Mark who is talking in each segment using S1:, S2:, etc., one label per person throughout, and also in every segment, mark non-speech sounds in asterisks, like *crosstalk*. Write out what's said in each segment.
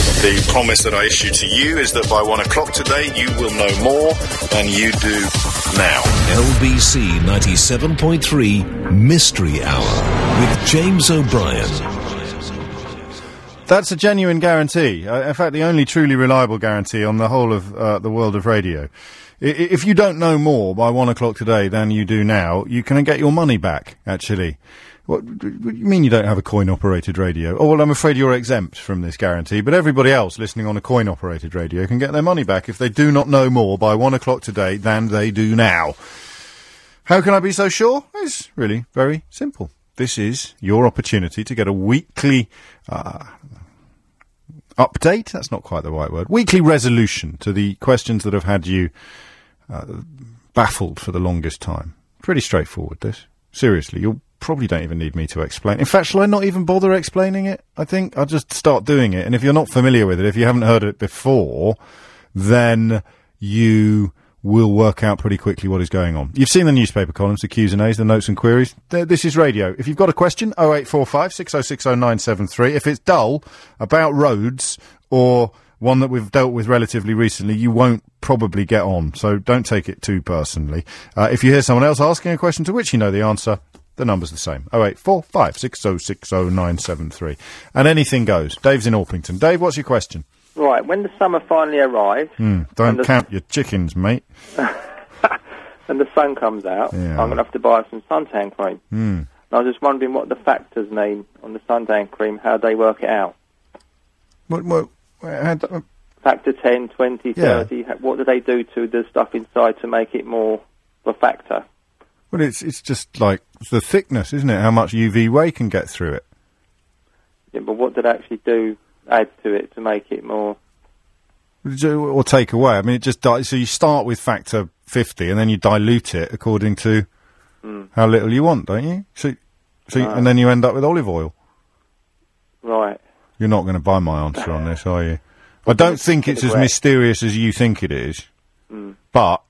S1: The promise that I issue to you is that by one o'clock today, you will know more than you do now.
S2: LBC 97.3 Mystery Hour with James O'Brien.
S3: That's a genuine guarantee. Uh, in fact, the only truly reliable guarantee on the whole of uh, the world of radio. I- i- If you don't know more by one o'clock today than you do now, you can get your money back, actually. What, what do you mean you don't have a coin operated radio? Oh, well, I'm afraid you're exempt from this guarantee, but everybody else listening on a coin operated radio can get their money back if they do not know more by one o'clock today than they do now. How can I be so sure? It's really very simple. This is your opportunity to get a weekly uh, update. That's not quite the right word. Weekly resolution to the questions that have had you uh, baffled for the longest time. Pretty straightforward. This seriously, you'll probably don't even need me to explain. In fact, shall I not even bother explaining it? I think I'll just start doing it. And if you're not familiar with it, if you haven't heard it before, then you will work out pretty quickly what is going on. You've seen the newspaper columns, the Q's and A's, the notes and queries. Th- This is radio. If you've got a question, 0845 606 0973. If it's dull about roads or one that we've dealt with relatively recently, you won't probably get on. So don't take it too personally. Uh, if you hear someone else asking a question to which you know the answer, the number's the same. 0845 606 0973. And anything goes. Dave's in Orpington. Dave, what's your question?
S4: Right, when the summer finally arrives
S3: Hmm,
S4: And
S3: don't
S4: the-
S3: count your chickens, mate.
S4: and the sun comes out,
S3: Yeah.
S4: I'm going to have to buy some suntan cream.
S3: Hmm.
S4: And I was just wondering what the factors mean on the suntan cream, how they work it out.
S3: What, what, had,
S4: Factor 10, 20,
S3: Yeah.
S4: 30, ha- what do they do to the stuff inside to make it more of a factor?
S3: well, it's it's just like the thickness, isn't it? How much UV ray can get through it?
S4: Yeah, but what do they actually do, add to it to make it more...
S3: or take away. I mean, it just di- so you start with factor fifty, and then you dilute it according to how little you want, don't you? So, so you- and then you end up with olive oil.
S4: Right.
S3: You're not going to buy my answer on this, are you? I don't think it's as
S4: Correct.
S3: mysterious as you think it is,
S4: Hmm.
S3: but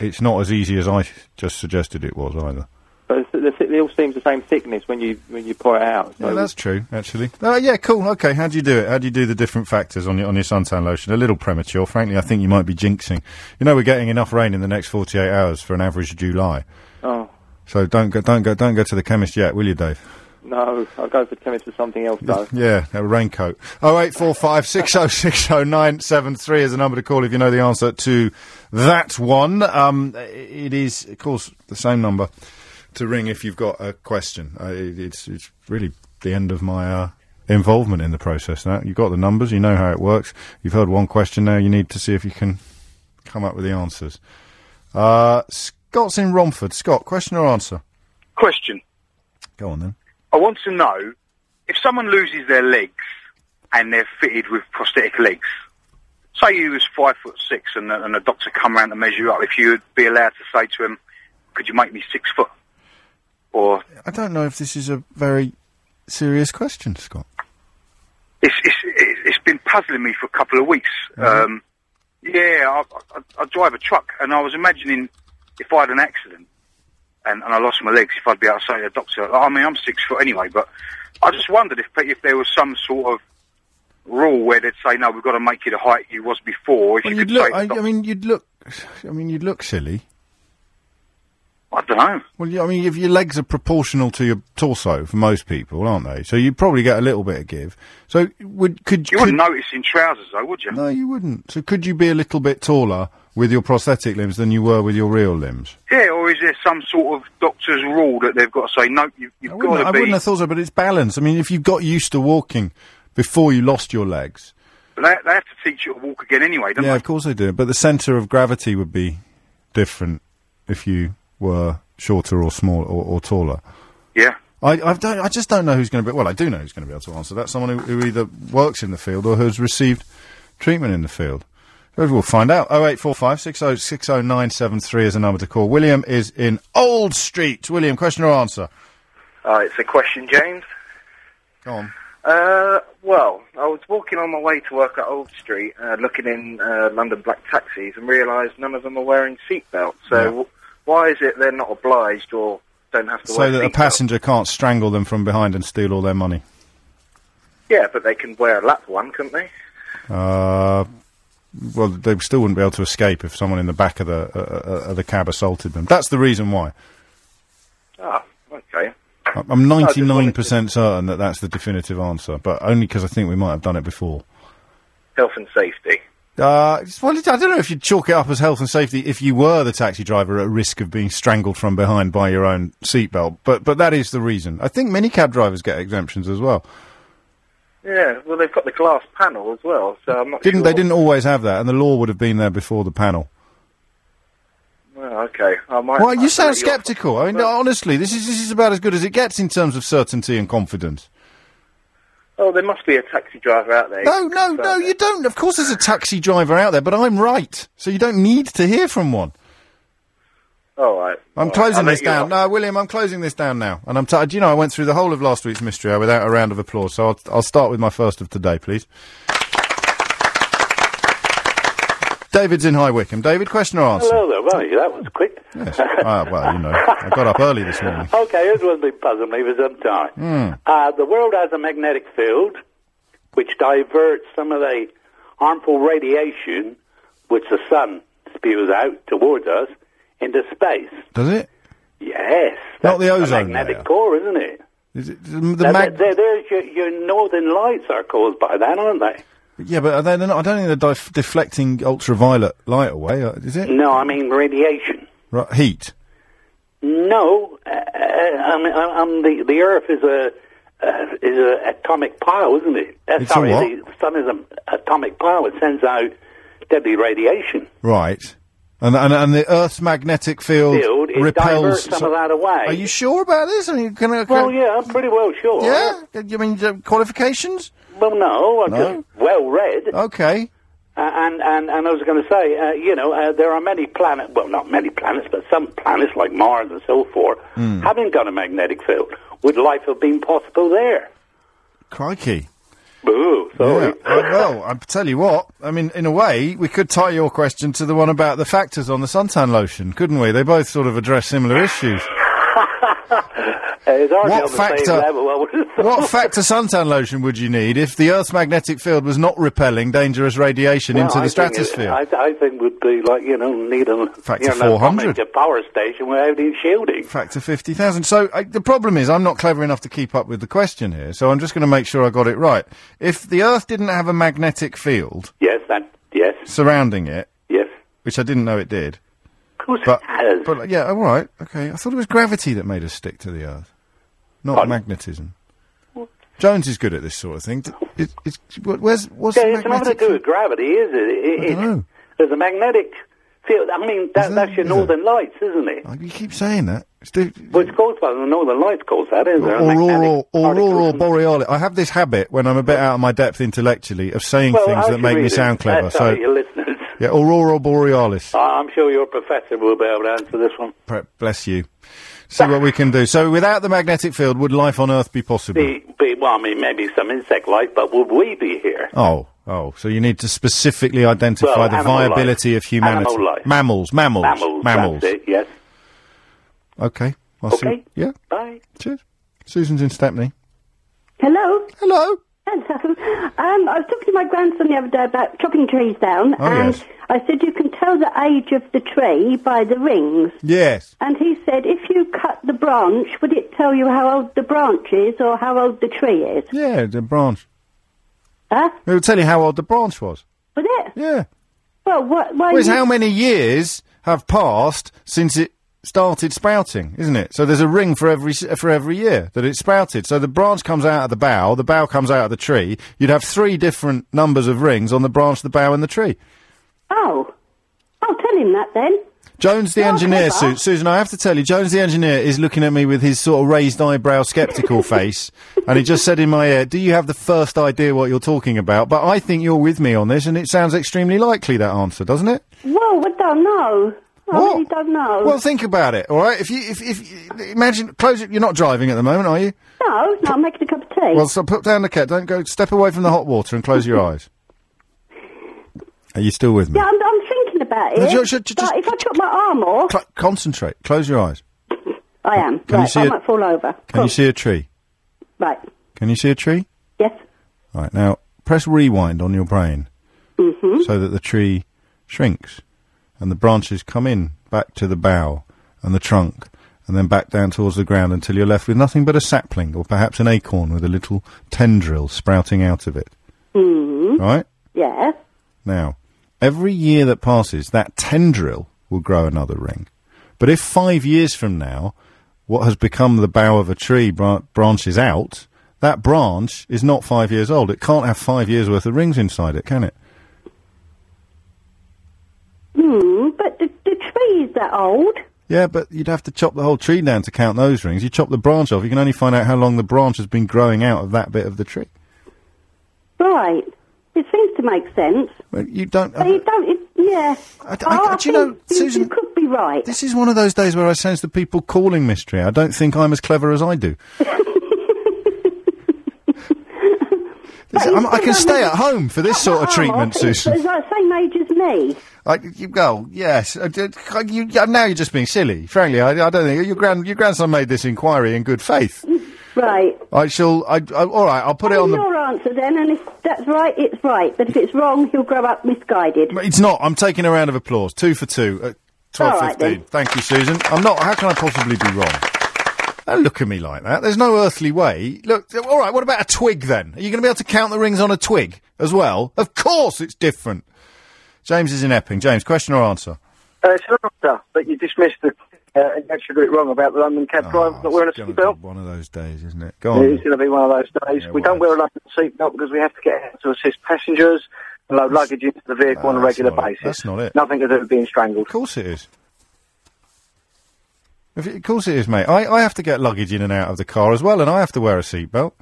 S3: it's not as easy as I just suggested it was either.
S4: But it's, the thi- they all seem the same thickness when you when you pour it out. So
S3: Yeah, that's true, actually. Oh. Uh, yeah, cool. Okay, how do you do it? How do you do the different factors on your on your suntan lotion? A little premature, frankly. I think you might be jinxing. You know, we're getting enough rain in the next forty-eight hours for an average July.
S4: Oh,
S3: So don't go, don't go, don't go to the chemist yet, will you, Dave?
S4: no, I'll go for the chemist for something else, though.
S3: Yeah, a raincoat. Oh eight four five six oh six oh nine seven three is the number to call if you know the answer to that one. Um, it is, of course, the same number to ring if you've got a question. Uh, it, it's it's really the end of my uh, involvement in the process. Now you've got the numbers, you know how it works. You've heard one question now. You need to see if you can come up with the answers. Uh, Scott's in Romford. Scott, question or answer?
S5: Question.
S3: Go on then.
S5: I want to know if someone loses their legs and they're fitted with prosthetic legs. Say you was five foot six and a, and a doctor come round to measure you up. If you would be allowed to say to him, "Could you make me six foot?" Or
S3: I don't know if this is a very serious question, Scott.
S5: it's it's, it's it's been puzzling me for a couple of weeks.
S3: Mm-hmm.
S5: Um, yeah, I, I, I drive a truck, and I was imagining if I had an accident and, and I lost my legs, if I'd be able to say to the doctor, I mean, I'm six foot anyway, but I just wondered if if there was some sort of rule where they'd say, no, we've got to make you the height you was before. If
S3: Well,
S5: you
S3: you'd
S5: could
S3: look.
S5: say,
S3: I, I mean, you'd look. I mean, you'd look silly.
S5: I don't know.
S3: Well, you- I mean, if your legs are proportional to your torso for most people, aren't they? So you'd probably get a little bit of give. So would could
S5: You
S3: could,
S5: wouldn't notice in trousers, though, would you?
S3: no, you wouldn't. So could you be a little bit taller with your prosthetic limbs than you were with your real limbs?
S5: Yeah, or is there some sort of doctor's rule that they've got to say, no, you,
S3: I wouldn't,
S5: you've
S3: I
S5: got to
S3: wouldn't
S5: be...
S3: have thought so, but it's balance. I mean, if you got used to walking before you lost your legs,
S5: But They, they have to teach you to walk again anyway, don't
S3: yeah,
S5: they?
S3: of course they do. But the centre of gravity would be different if you were shorter or small or, or taller.
S5: Yeah.
S3: I, I don't. I just don't know who's going to be. Well, I do know who's going to be able to answer that. Someone who, who either works in the field or has received treatment in the field. So We'll find out. Oh eight four five six oh six oh nine seven three is a number to call. William is in Old Street. William, question or answer?
S6: Uh, it's a question, James.
S3: Go on.
S6: Uh, well, I was walking on my way to work at Old Street, uh, looking in uh, London black taxis, and realised none of them are wearing seatbelts. So
S3: Yeah.
S6: w- why is it they're not obliged or don't have to
S3: So
S6: wear
S3: that a
S6: seatbelts?
S3: passenger can't strangle them from behind and steal all their money.
S6: Yeah, but they can wear a lap one, couldn't they?
S3: Uh, well, they still wouldn't be able to escape if someone in the back of the uh, uh, of the cab assaulted them. That's the reason why.
S5: Ah, okay.
S3: I- I'm
S5: I just wanted to-
S3: 99% certain that that's the definitive answer, but only because I think we might have done it before.
S5: Health and safety.
S3: Uh, well, I don't know if you'd chalk it up as health and safety if you were the taxi driver at risk of being strangled from behind by your own seatbelt, but but that is the reason. I think many cab drivers get exemptions as well.
S5: Yeah, well, they've got the glass panel as well, so I'm not
S3: Didn't
S5: sure.
S3: they? Didn't always have that, and the law would have been there before the panel.
S5: Well, okay. I might,
S3: Well,
S5: I
S3: you sound
S5: thought were-
S3: sceptical. I mean, no, honestly, this is this is about as good as it gets in terms of certainty and confidence.
S5: Oh, there must be a taxi driver out there.
S3: No, no, no, you don't. Of course, there's a taxi driver out there, but I'm right, so you don't need to hear from one.
S5: All right.
S3: I'm
S5: all right, I'll
S3: closing
S5: let
S3: this
S5: you
S3: down.
S5: off.
S3: No, William, I'm closing this down now. And I'm t- do you know, I went through the whole of last week's mystery hour without a round of applause, so I'll, I'll start with my first of today, please. David's in High Wycombe. David, question or answer?
S7: Hello there, well, that was quick.
S3: Yes. Ah, well, you know, I got up early this
S7: *laughs*
S3: morning. Hmm,
S7: Okay, here's what's been puzzling me for some time. Uh, the world has a magnetic field which diverts some of the harmful radiation which the sun spews out towards us into space.
S3: Does it?
S7: Yes.
S3: Not the
S7: that's
S3: ozone
S7: magnetic
S3: layer.
S7: core, isn't it?
S3: Is it the Oh, the
S7: Now,
S3: mag-
S7: there- there's your, your northern lights are caused by that, aren't they?
S3: Yeah, but are they, they're not, I don't think they're dif- deflecting ultraviolet light away, uh, is it?
S7: No, I mean radiation.
S3: Right, heat.
S7: No, uh, uh, I mean, I, I'm the the Earth is a uh, is a atomic pile, isn't it? That's
S3: It's a
S7: sorry,
S3: what?
S7: the sun is an atomic pile. It sends out deadly radiation.
S3: Right. And, and and the Earth's magnetic field,
S7: Field, it
S3: repels
S7: diverts some of that away.
S3: Are you sure about this? I mean, can I, can,
S7: Well, yeah, I'm pretty well sure.
S3: Yeah, you mean uh, qualifications?
S7: Well, no, I'm
S3: No?
S7: just well read, uh,
S3: Okay.
S7: and and and I was going to say, uh, you know, uh, there are many planets. Well, not many planets, but some planets like Mars and so forth
S3: Hmm.
S7: haven't got a magnetic field. Would life have been possible there?
S3: Crikey.
S7: Boo! Sorry.
S3: Yeah. Uh, well, I tell you what. I mean, in a way, we could tie your question to the one about the factors on the suntan lotion, couldn't we? They both sort of address similar issues.
S7: Uh, it's hardly
S3: What
S7: on the
S3: factor-
S7: Same level, I would have thought. *laughs*
S3: what factor suntan lotion would you need if the Earth's magnetic field was not repelling dangerous radiation into
S7: Well,
S3: the
S7: I think it-
S3: stratosphere?
S7: I, I think would be like you know need a
S3: Factor
S7: you know,
S3: 400.
S7: A power station without any shielding.
S3: Factor 50,000. So I, the problem is, I'm not clever enough to keep up with the question here, so I'm just going to make sure I got it right. If the Earth didn't have a magnetic field
S7: Yes, that yes,
S3: surrounding it,
S7: yes.
S3: which I didn't know it did,
S7: Of course
S3: But,
S7: it has.
S3: but yeah, all right, okay. I thought it was gravity that made us stick to the Earth, not
S7: Pardon?
S3: magnetism. Jones is good at this sort of thing. D- It, it's, wh- where's what's
S7: yeah,
S3: the
S7: it's nothing to
S3: magnetic?
S7: do with gravity, is it? it
S3: I dunno.
S7: There's a magnetic field. I mean, that,
S3: Is
S7: that's
S3: there?
S7: your
S3: Is
S7: northern lights, isn't it?
S3: Oh, you keep saying that. It's do-
S7: Well, it's caused by the northern lights. Caused that, isn't it?
S3: Auroral, auroral borealis. I have this habit when I'm a bit out of my depth intellectually of saying
S7: well,
S3: things
S7: I
S3: that
S7: should
S3: make me
S7: read it.
S3: sound clever.
S7: That's
S3: so
S7: all your listeners.
S3: yeah, auroral borealis.
S7: I- I'm sure your professor will be able to answer this one.
S3: Pre- Bless you. See what we can do. So without the magnetic field, would life on Earth be possible?
S7: Be, be, well, I mean, maybe some insect life, but would we be here?
S3: Oh, oh. So you need to specifically identify
S7: Well,
S3: the
S7: animal
S3: viability
S7: life.
S3: of humanity.
S7: Animal life.
S3: Mammals, mammals,
S7: Mammals. That's it, yes.
S3: Okay. I'll see-
S7: Okay.
S3: Yeah.
S7: Bye.
S3: Cheers. Susan's in Stepney.
S8: Hello.
S3: Hello.
S8: Hello. Um, I was talking to my grandson the other day about chopping trees down,
S3: Oh,
S8: and
S3: yes.
S8: I said you can tell the age of the tree by the rings.
S3: Yes.
S8: And he said if you cut the branch, would it tell you how old the branch is or how old the tree is?
S3: Yeah. The branch.
S8: Huh?
S3: It will tell you how old the branch was.
S8: Would it?
S3: Yeah.
S8: Well, what? Why?
S3: Well, it's
S8: you-
S3: how many years have passed since it started sprouting, isn't it? So there's a ring for every s- for every year that it sprouted. So the branch comes out of the bough, the bough comes out of the tree. You'd have three different numbers of rings on the branch, the bough, and the tree.
S8: Oh, I'll tell him that then.
S3: Jones the
S8: Well,
S3: engineer, Su-
S8: clever.
S3: Susan, I have to tell you, Jones the engineer is looking at me with his sort of raised eyebrow skeptical *laughs* face, and he just said in my ear, Do you have the first idea what you're talking about? But I think you're with me on this, and it sounds extremely likely that answer, doesn't it?
S8: Well, I don't know. I
S3: What?
S8: really don't know.
S3: Well, think about it, all right? If you, if, if, you- imagine, close it, you're not driving at the moment, are you?
S8: no, no, I'm making a cup of tea.
S3: Well, so put down the cat, don't go, step away from the hot water and close
S8: *laughs*
S3: your eyes. Are you still with me?
S8: yeah, I'm, I'm thinking about
S3: No,
S8: it.
S3: ju- ju- ju-
S8: but
S3: just-
S8: if I took my arm off,
S3: Cl- concentrate, close your eyes.
S8: I am.
S3: Can you
S8: right,
S3: see
S8: I
S3: it-
S8: might fall over.
S3: Can
S8: Cool.
S3: you see a tree?
S8: Right.
S3: Can you see a tree?
S8: Yes.
S3: Right, now, press rewind on your brain so that the tree shrinks and the branches come in back to the bough and the trunk and then back down towards the ground until you're left with nothing but a sapling or perhaps an acorn with a little tendril sprouting out of it.
S8: Mm,
S3: Right?
S8: yeah.
S3: Now, every year that passes, that tendril will grow another ring. But if five years from now, what has become the bough of a tree bran branches out, that branch is not five years old. It can't have five years worth of rings inside it, can it?
S8: Mm, but the, the tree is that old.
S3: Yeah, but you'd have to chop the whole tree down to count those rings. You chop the branch off, you can only find out how long the branch has been growing out of that bit of the tree.
S8: Right. It seems to make sense.
S3: Well, you don't.
S8: But you don't, it, yeah.
S3: Uh, I d- I-
S8: Oh,
S3: do you know,
S8: think
S3: Susan-
S8: You could be right.
S3: This is one of those days where I sense the people calling mystery. I don't think I'm as clever as I
S8: *laughs*
S3: do. This- I'm- I can stay at home for this sort of
S8: Oh,
S3: treatment,
S8: I think
S3: Susan.
S8: It's the same age as me.
S3: I, you go, yes. I did- I- you- you- now you're just being silly. Frankly, I, I don't think your grand your grandson made this inquiry in good
S8: *laughs*
S3: faith.
S8: Right.
S3: I shall. I, I, all right, I'll put it
S8: Well,
S3: on the.
S8: your answer then, and if that's right, it's right. But if it's wrong, he'll grow up misguided.
S3: It's not. I'm taking a round of applause. Two for two at twelve
S8: All right,
S3: fifteen.
S8: then.
S3: Thank you, Susan. I'm not. How can I possibly be wrong? Don't look at me like that. There's no earthly way. Look. All right. What about a twig then? Are you going to be able to count the rings on a twig as well? Of course, it's different. James is in Epping. James, question or answer?
S9: Uh, it's an answer, but you dismissed the. Uh, and you actually got it wrong about the London cab driver not wearing a
S3: Ah, It's gonna
S9: seatbelt.
S3: be One of those days, isn't it? Go on.
S9: It's going to be one of those days. we don't wear a London seatbelt because we have to get out to assist passengers and load luggage into the vehicle on a
S3: that's
S9: regular
S3: not it.
S9: basis.
S3: That's not it.
S9: Nothing to do with being strangled.
S3: Of course it is. Of of course it is, mate. I, I have to get luggage in and out of the car as well, and I have to wear a seatbelt.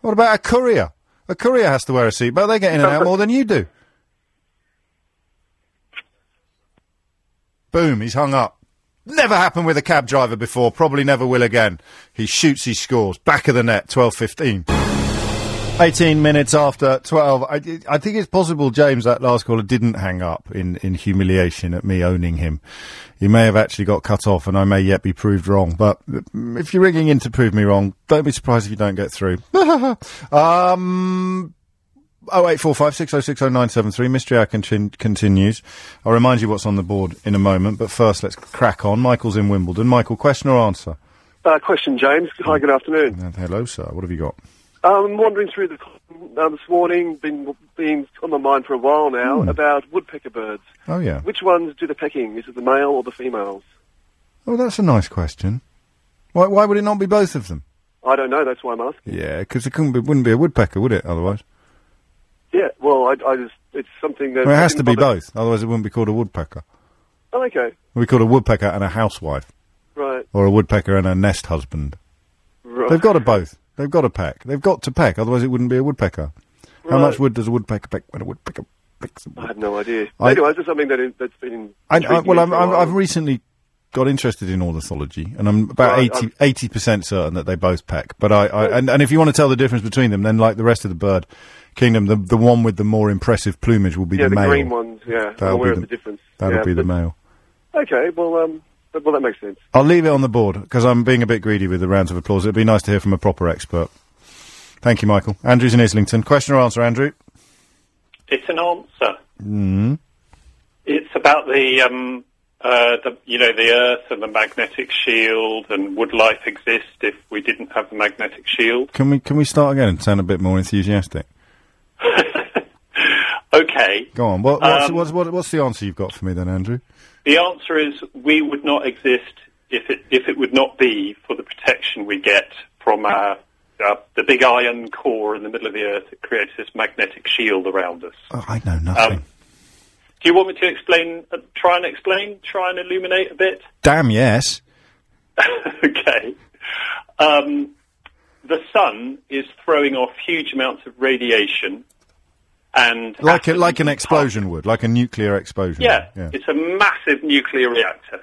S3: What about a courier? A courier has to wear a seatbelt. They get in and out more than you do. Boom, he's hung up. Never happened with a cab driver before, probably never will again. He shoots, he scores. Back of the net, 12 15. 18 minutes after 12. I, I think it's possible James, that last caller, didn't hang up in, in humiliation at me owning him. He may have actually got cut off and I may yet be proved wrong. But mm, if you're ringing in to prove me wrong, don't be surprised if you don't get through. *laughs* um, 0845 606 0973. Mystery Hour contin- continues. I'll remind you what's on the board in a moment. But first, let's crack on. Michael's in Wimbledon. Michael, question or answer?
S10: Uh, question, James. Hi, good afternoon.
S3: And hello, sir. What have you got?
S10: I'm wandering through the column, uh, this morning, been been on my mind for a while now
S3: Hmm.
S10: about woodpecker birds.
S3: Oh, yeah.
S10: Which ones do the pecking? Is it the male or the females?
S3: Oh, that's a nice question. Why, why would it not be both of them?
S10: I don't know. That's why I'm asking.
S3: Yeah, because it couldn't be, wouldn't be a woodpecker, would it? Otherwise,
S10: Yeah. Well, I, I just it's something that
S3: well, it has to be
S10: bothered-
S3: both. Otherwise, it wouldn't be called a woodpecker.
S10: Oh, okay.
S3: It would be called a woodpecker and a housewife,
S10: Right.
S3: or a woodpecker and a nest husband.
S10: Right.
S3: They've got to both. They've got to peck. They've got to peck. Otherwise, it wouldn't be a woodpecker. How much
S10: Right.
S3: wood does a woodpecker peck when a woodpecker pecks? A wood?
S10: I have no idea.
S3: I-
S10: anyway, it's just something that is, that's been.
S3: I, I,
S10: intriguing
S3: well,
S10: me
S3: I'm,
S10: for a
S3: I'm,
S10: while.
S3: I've recently got interested in ornithology, and I'm about
S10: Right,
S3: eighty eighty percent certain that they both peck. But I, I and, and if you want to tell the difference between them, then like the rest of the bird kingdom, the the one with the more impressive plumage will be
S10: yeah,
S3: the
S10: the
S3: male.
S10: green ones. Yeah, I'm
S3: That'll be
S10: aware of
S3: the-
S10: the difference.
S3: That'll
S10: yeah,
S3: be the
S10: but-
S3: male.
S10: Okay. Well, um, but- well, that makes sense.
S3: I'll leave it on the board because I'm being a bit greedy with the rounds of applause. It'd be nice to hear from a proper expert. Thank you, Michael. Andrew's in Islington. Question or answer, Andrew? Hmm.
S11: It's an answer. It's about the, um, uh, the you know the Earth and the magnetic shield, and would life exist if we didn't have the magnetic shield?
S3: Can we can we start again and sound a bit more enthusiastic?
S11: Okay,
S3: Go on. What, what's,
S11: Um,
S3: what's, what, what's the answer you've got for me then, Andrew?
S11: the answer is we would not exist if it if it would not be for the protection we get from our. Uh, the big iron core in the middle of the Earth that creates this magnetic shield around us. Um,
S3: Oh, I know nothing.
S11: Do you want me to explain? Uh, try and explain. Try and illuminate a bit.
S3: Damn yes.
S11: *laughs* okay. Um, the sun is throwing off huge amounts of radiation, and
S3: Like a, like an explosion would, like a nuclear explosion.
S11: yeah,
S3: would, yeah.
S11: it's a massive nuclear reactor.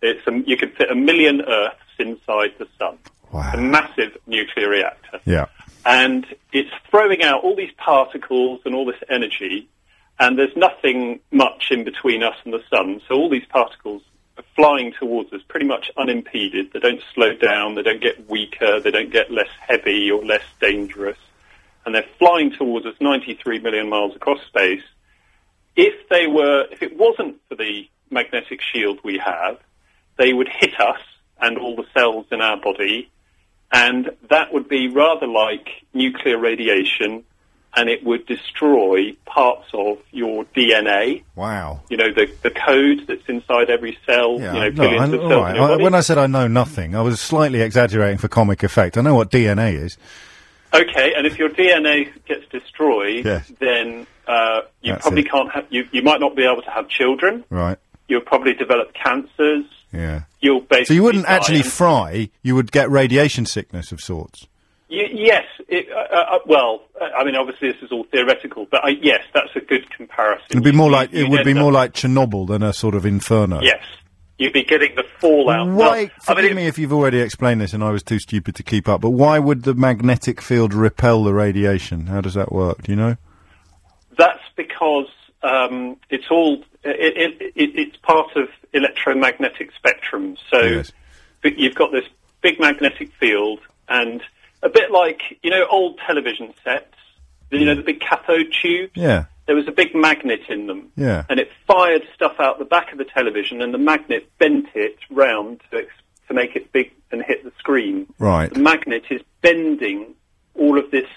S11: It's a, you could fit a million Earths inside the sun.
S3: Wow.
S11: A massive nuclear reactor
S3: Yeah.
S11: and it's throwing out all these particles and all this energy, and there's nothing much in between us and the sun. So all these particles are flying towards us pretty much unimpeded. They don't slow down, they don't get weaker, they don't get less heavy or less dangerous. and they're flying towards us 93 million miles across space. If they were, if it wasn't for the magnetic shield we have, they would hit us and all the cells in our body, and that would be rather like nuclear radiation, and it would destroy parts of your DNA.
S3: Wow.
S11: You know, the, the code that's inside every cell, you know,
S3: No, I,
S11: billions of
S3: all
S11: cells
S3: right.
S11: in your
S3: I-
S11: body.
S3: when I said I know nothing, I was slightly exaggerating for comic effect. I know what DNA is.
S11: Okay, and if your DNA gets destroyed,
S3: Yes.
S11: then uh, you
S3: That's
S11: probably
S3: it.
S11: can't have you, you might not be able to have children.
S3: Right.
S11: You'll probably develop cancers.
S3: Yeah.
S11: You'll basically
S3: So you wouldn't
S11: die.
S3: actually fry, you would get radiation sickness of sorts.
S11: Y- yes. It, uh, uh, well, uh, I mean, obviously this is all theoretical, but I, yes, that's a good comparison.
S3: It'd be more like
S11: you
S3: it would
S11: end
S3: be
S11: up-
S3: more like Chernobyl than a sort of inferno.
S11: Yes, you'd be getting the fallout. Well,
S3: Why?
S11: I mean,
S3: forgive me if you've already explained this and I was too stupid to keep up. But why would the magnetic field repel the radiation? How does that work? Do you know?
S11: That's because um, it's all it, it, it, it's part of electromagnetic spectrum. So but you've got this big magnetic field, and a bit like you know old television sets, you know the big cathode tubes.
S3: Yeah.
S11: There was a big magnet in them,
S3: Yeah.
S11: and it fired stuff out the back of the television, and the magnet bent it round to ex- to make it big and hit the screen.
S3: Right.
S11: The magnet is bending all of this,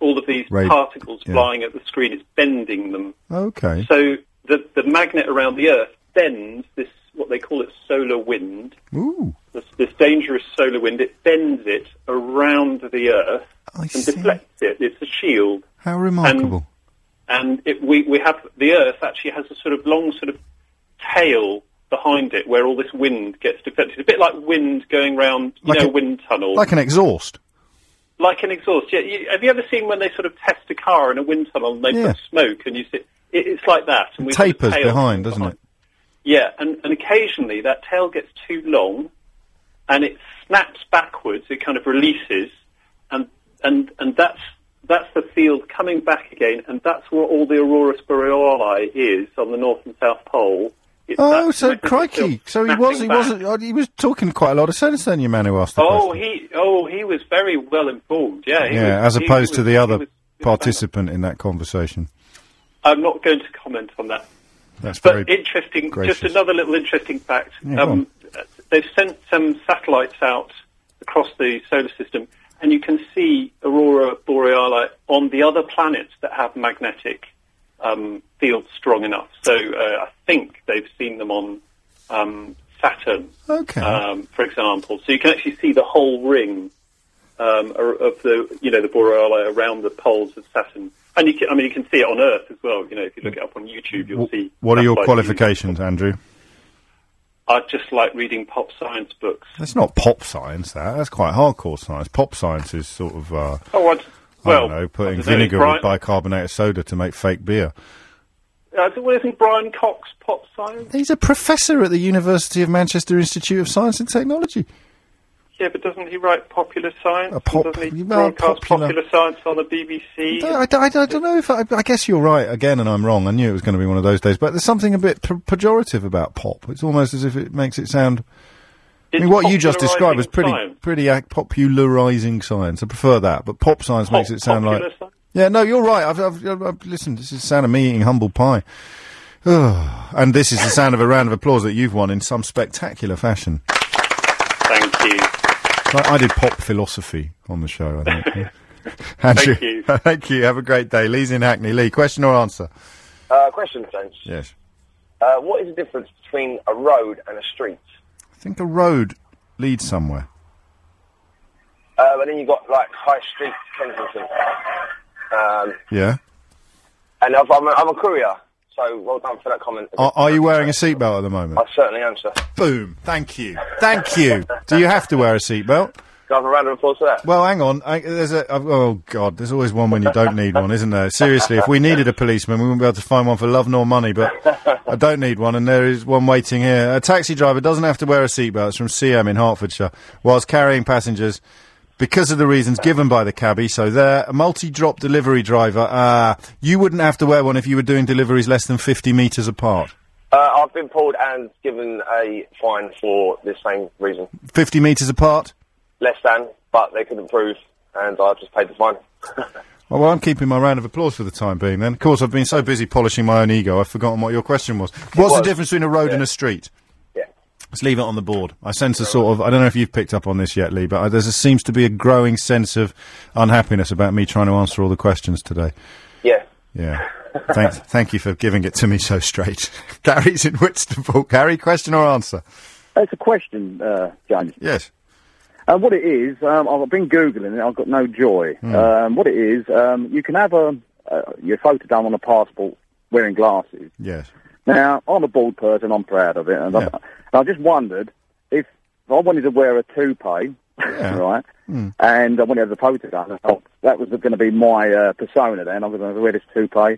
S11: all of these
S3: Right.
S11: particles
S3: Yeah.
S11: flying at the screen. It's bending them.
S3: Okay.
S11: So the the magnet around the Earth bends this what they call it solar wind.
S3: Ooh.
S11: This, this dangerous solar wind. It bends it around the Earth and deflects it. It's a shield,
S3: How remarkable.
S11: and it, we we have the Earth actually has a sort of long sort of tail behind it where all this wind gets deflected. A bit like wind going round, you
S3: Like
S11: know,
S3: a-
S11: a wind tunnel,
S3: like an exhaust.
S11: like an exhaust. Yeah, you, have you ever seen when they sort of test a car in a wind tunnel and they
S3: Yeah.
S11: put smoke and you sit? It, it's like that.
S3: It
S11: And we've got a
S3: tapers
S11: tail.
S3: behind, doesn't it?
S11: Yeah, and, and occasionally that tail gets too long, and it snaps backwards. It kind of releases, and and and that's that's the field coming back again, and that's where all the aurora boreali is on the north and south pole. It's
S3: Oh,
S11: that
S3: so
S11: magnetic
S3: crikey!
S11: field
S3: So he was, he
S11: snapping back.
S3: wasn't, oh, he was talking quite a lot of sense then. Your man who asked the
S11: Oh,
S3: question.
S11: he oh he was very well informed. Yeah, he
S3: yeah, as
S11: was- he- he
S3: opposed to
S11: was-
S3: the
S11: he
S3: other
S11: was-
S3: participant in that conversation.
S11: I'm not going to comment on that.
S3: That's very.
S11: But interesting,
S3: gracious.
S11: just another little interesting fact.
S3: Yeah, go
S11: um, they've sent some satellites out across the solar system, and you can see aurora borealis on the other planets that have magnetic um, fields strong enough. So uh, I think they've seen them on um, Saturn,
S3: Okay.
S11: um, for example. So you can actually see the whole ring um, ar- of the you know the borealis around the poles of Saturn. And you can, I mean, you can see it on Earth as well. You know, if you look it up on YouTube, you'll see.
S3: Wh- what are your
S11: satellites.
S3: qualifications, Andrew?
S11: I just like reading pop science books.
S3: That's not pop science. That that's quite hardcore science. Pop science is sort of. Uh,
S11: Oh, I d-
S3: I
S11: well,
S3: don't know, putting
S11: I don't know,
S3: vinegar
S11: Brian-
S3: with bicarbonate of soda to make fake beer.
S11: Uh, well, isn't Brian Cox pop science?
S3: He's a professor at the University of Manchester Institute of Science and Technology.
S11: Yeah, but doesn't he write popular science?
S3: A pop-
S11: And doesn't he
S3: well,
S11: broadcast
S3: popular-
S11: popular. science on the BBC?
S3: I, I- I don't know if I, I guess you're right again, and I'm wrong. I knew it was going to be one of those days, but there's something a bit pe- pejorative about pop. It's almost as if it makes it sound. I
S11: It's
S3: mean, what you just
S11: popularising
S3: described was pretty
S11: science.
S3: pretty ac- popularizing science. I prefer that, but pop science makes it sound like.
S11: popular science?
S3: Yeah, no, you're right. I've, I've, I've, I've listened. This is the sound of me eating humble pie. *sighs* and this is the sound of a round of applause that you've won in some spectacular fashion.
S11: Thank you.
S3: I, I did pop philosophy on the show, I
S12: *laughs*
S3: think. Andrew,
S12: Thank
S3: *laughs*
S12: you.
S3: thank you. Have a great day. Lee's in Hackney. Lee, question or answer?
S12: Uh, question, thanks.
S3: Yes.
S12: Uh, what is the difference between a road and a street?
S3: I think a road leads somewhere.
S12: Uh, and then you've got, like, High Street, Kensington. Um,
S3: Yeah.
S12: and I've, I'm, a, I'm a courier, so well done for that comment.
S3: Are, are you wearing a seatbelt at the moment?
S12: I certainly am, sir.
S3: Boom. oh. Thank you. Thank you. Do you have to wear a seatbelt?
S12: Can I have a round of applause for that?
S3: Well, hang on. I, there's a. I've- Oh God, there's always one when you don't need one, isn't there? Seriously, if
S12: *laughs*
S3: we needed a policeman, we wouldn't be able to find one for love nor money. But I don't need one, and there is one waiting here. A taxi driver doesn't have to wear a seatbelt. It's from CM in Hertfordshire, whilst carrying passengers. Because of the reasons given by the cabbie, so there, a multi-drop delivery driver, uh, you wouldn't have to wear one if you were doing deliveries less than 50 metres apart.
S12: *laughs* Uh, I've been pulled and given a fine for the same reason.
S3: 50 metres apart?
S12: Less than, but they couldn't prove, and I just paid the fine.
S3: Well, well, I'm keeping my round of applause for the time being then. Of course, I've been so busy polishing my own ego, I've forgotten what your question was. What's the
S12: was.
S3: difference between a road and a street?
S12: Yeah.
S3: Let's leave it on the board. I sense a sort of, I don't know if you've picked up on this yet, Lee, but I, there seems to be a growing sense of unhappiness about me trying to answer all the questions today.
S12: Yeah. *laughs*
S3: Yeah. thank, thank you for giving it to me so straight. *laughs* Gary's in Whitstable. Gary, question or answer?
S6: It's a question, uh, James.
S3: Yes.
S6: Uh, what it is, um, I've been googling it. I've got no joy.
S3: Hmm.
S6: Um, what it is, um, you can have a uh, your photo done on a passport wearing glasses.
S3: Yes.
S6: Now, I'm a bald person. I'm proud of it, and I, and I just wondered if, if I wanted to wear a toupee, *laughs* right?
S13: Hmm.
S6: And I wanted to have the photo done. Oh, that was going to be my uh, persona. Then I was going to wear this toupee.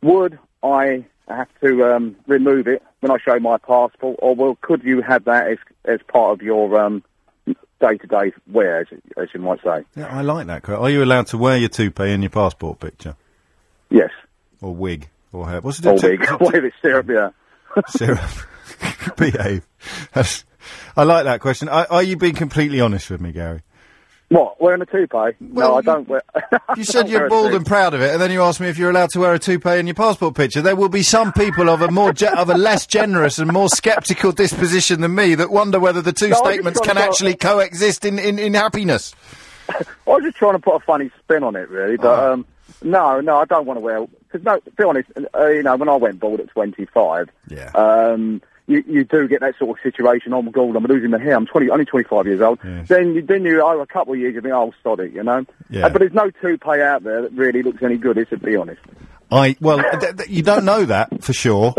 S6: Would I have to um, remove it when I show my passport, or will could you have that as as part of your um, day-to-day wear, as, as you might say?
S3: Yeah, I like that. Are you allowed to wear your toupee in your passport picture?
S6: Yes.
S3: Or wig or hair? What's it?
S6: Or
S3: tou-
S6: wig, *laughs* whatever it's syrup, yeah.
S3: *laughs* Syrup. Behave. That's- I like that question. Are, are you being completely honest with me, Gary?
S6: What wearing a toupee? no, I don't wear. *laughs*
S3: You said you're bald and proud of it, and then you asked me if you're allowed to wear a toupee in your passport picture. There will be some people of a more ge- of a less generous and more sceptical disposition than me that wonder whether the two
S6: No, I just
S3: statements
S6: wanna
S3: can
S6: go-
S3: actually coexist in, in, in happiness.
S6: *laughs* I was just trying to put a funny spin on it, really. But
S3: Ah.
S6: um, no, no, I don't want to wear. Because no, to be honest, uh, you know, when I went bald at 25,
S3: yeah,
S6: um, you, you do get that sort of situation. Oh my god, I'm losing my hair. I'm 20, only 25 years old. Then you, then you, over a couple of years, you think, oh, sod it, you know.
S3: Yeah.
S6: Uh, but there's no toupee out there that really looks any good. Is to be honest.
S3: I well, th- th- you don't know that for
S6: *laughs*
S3: sure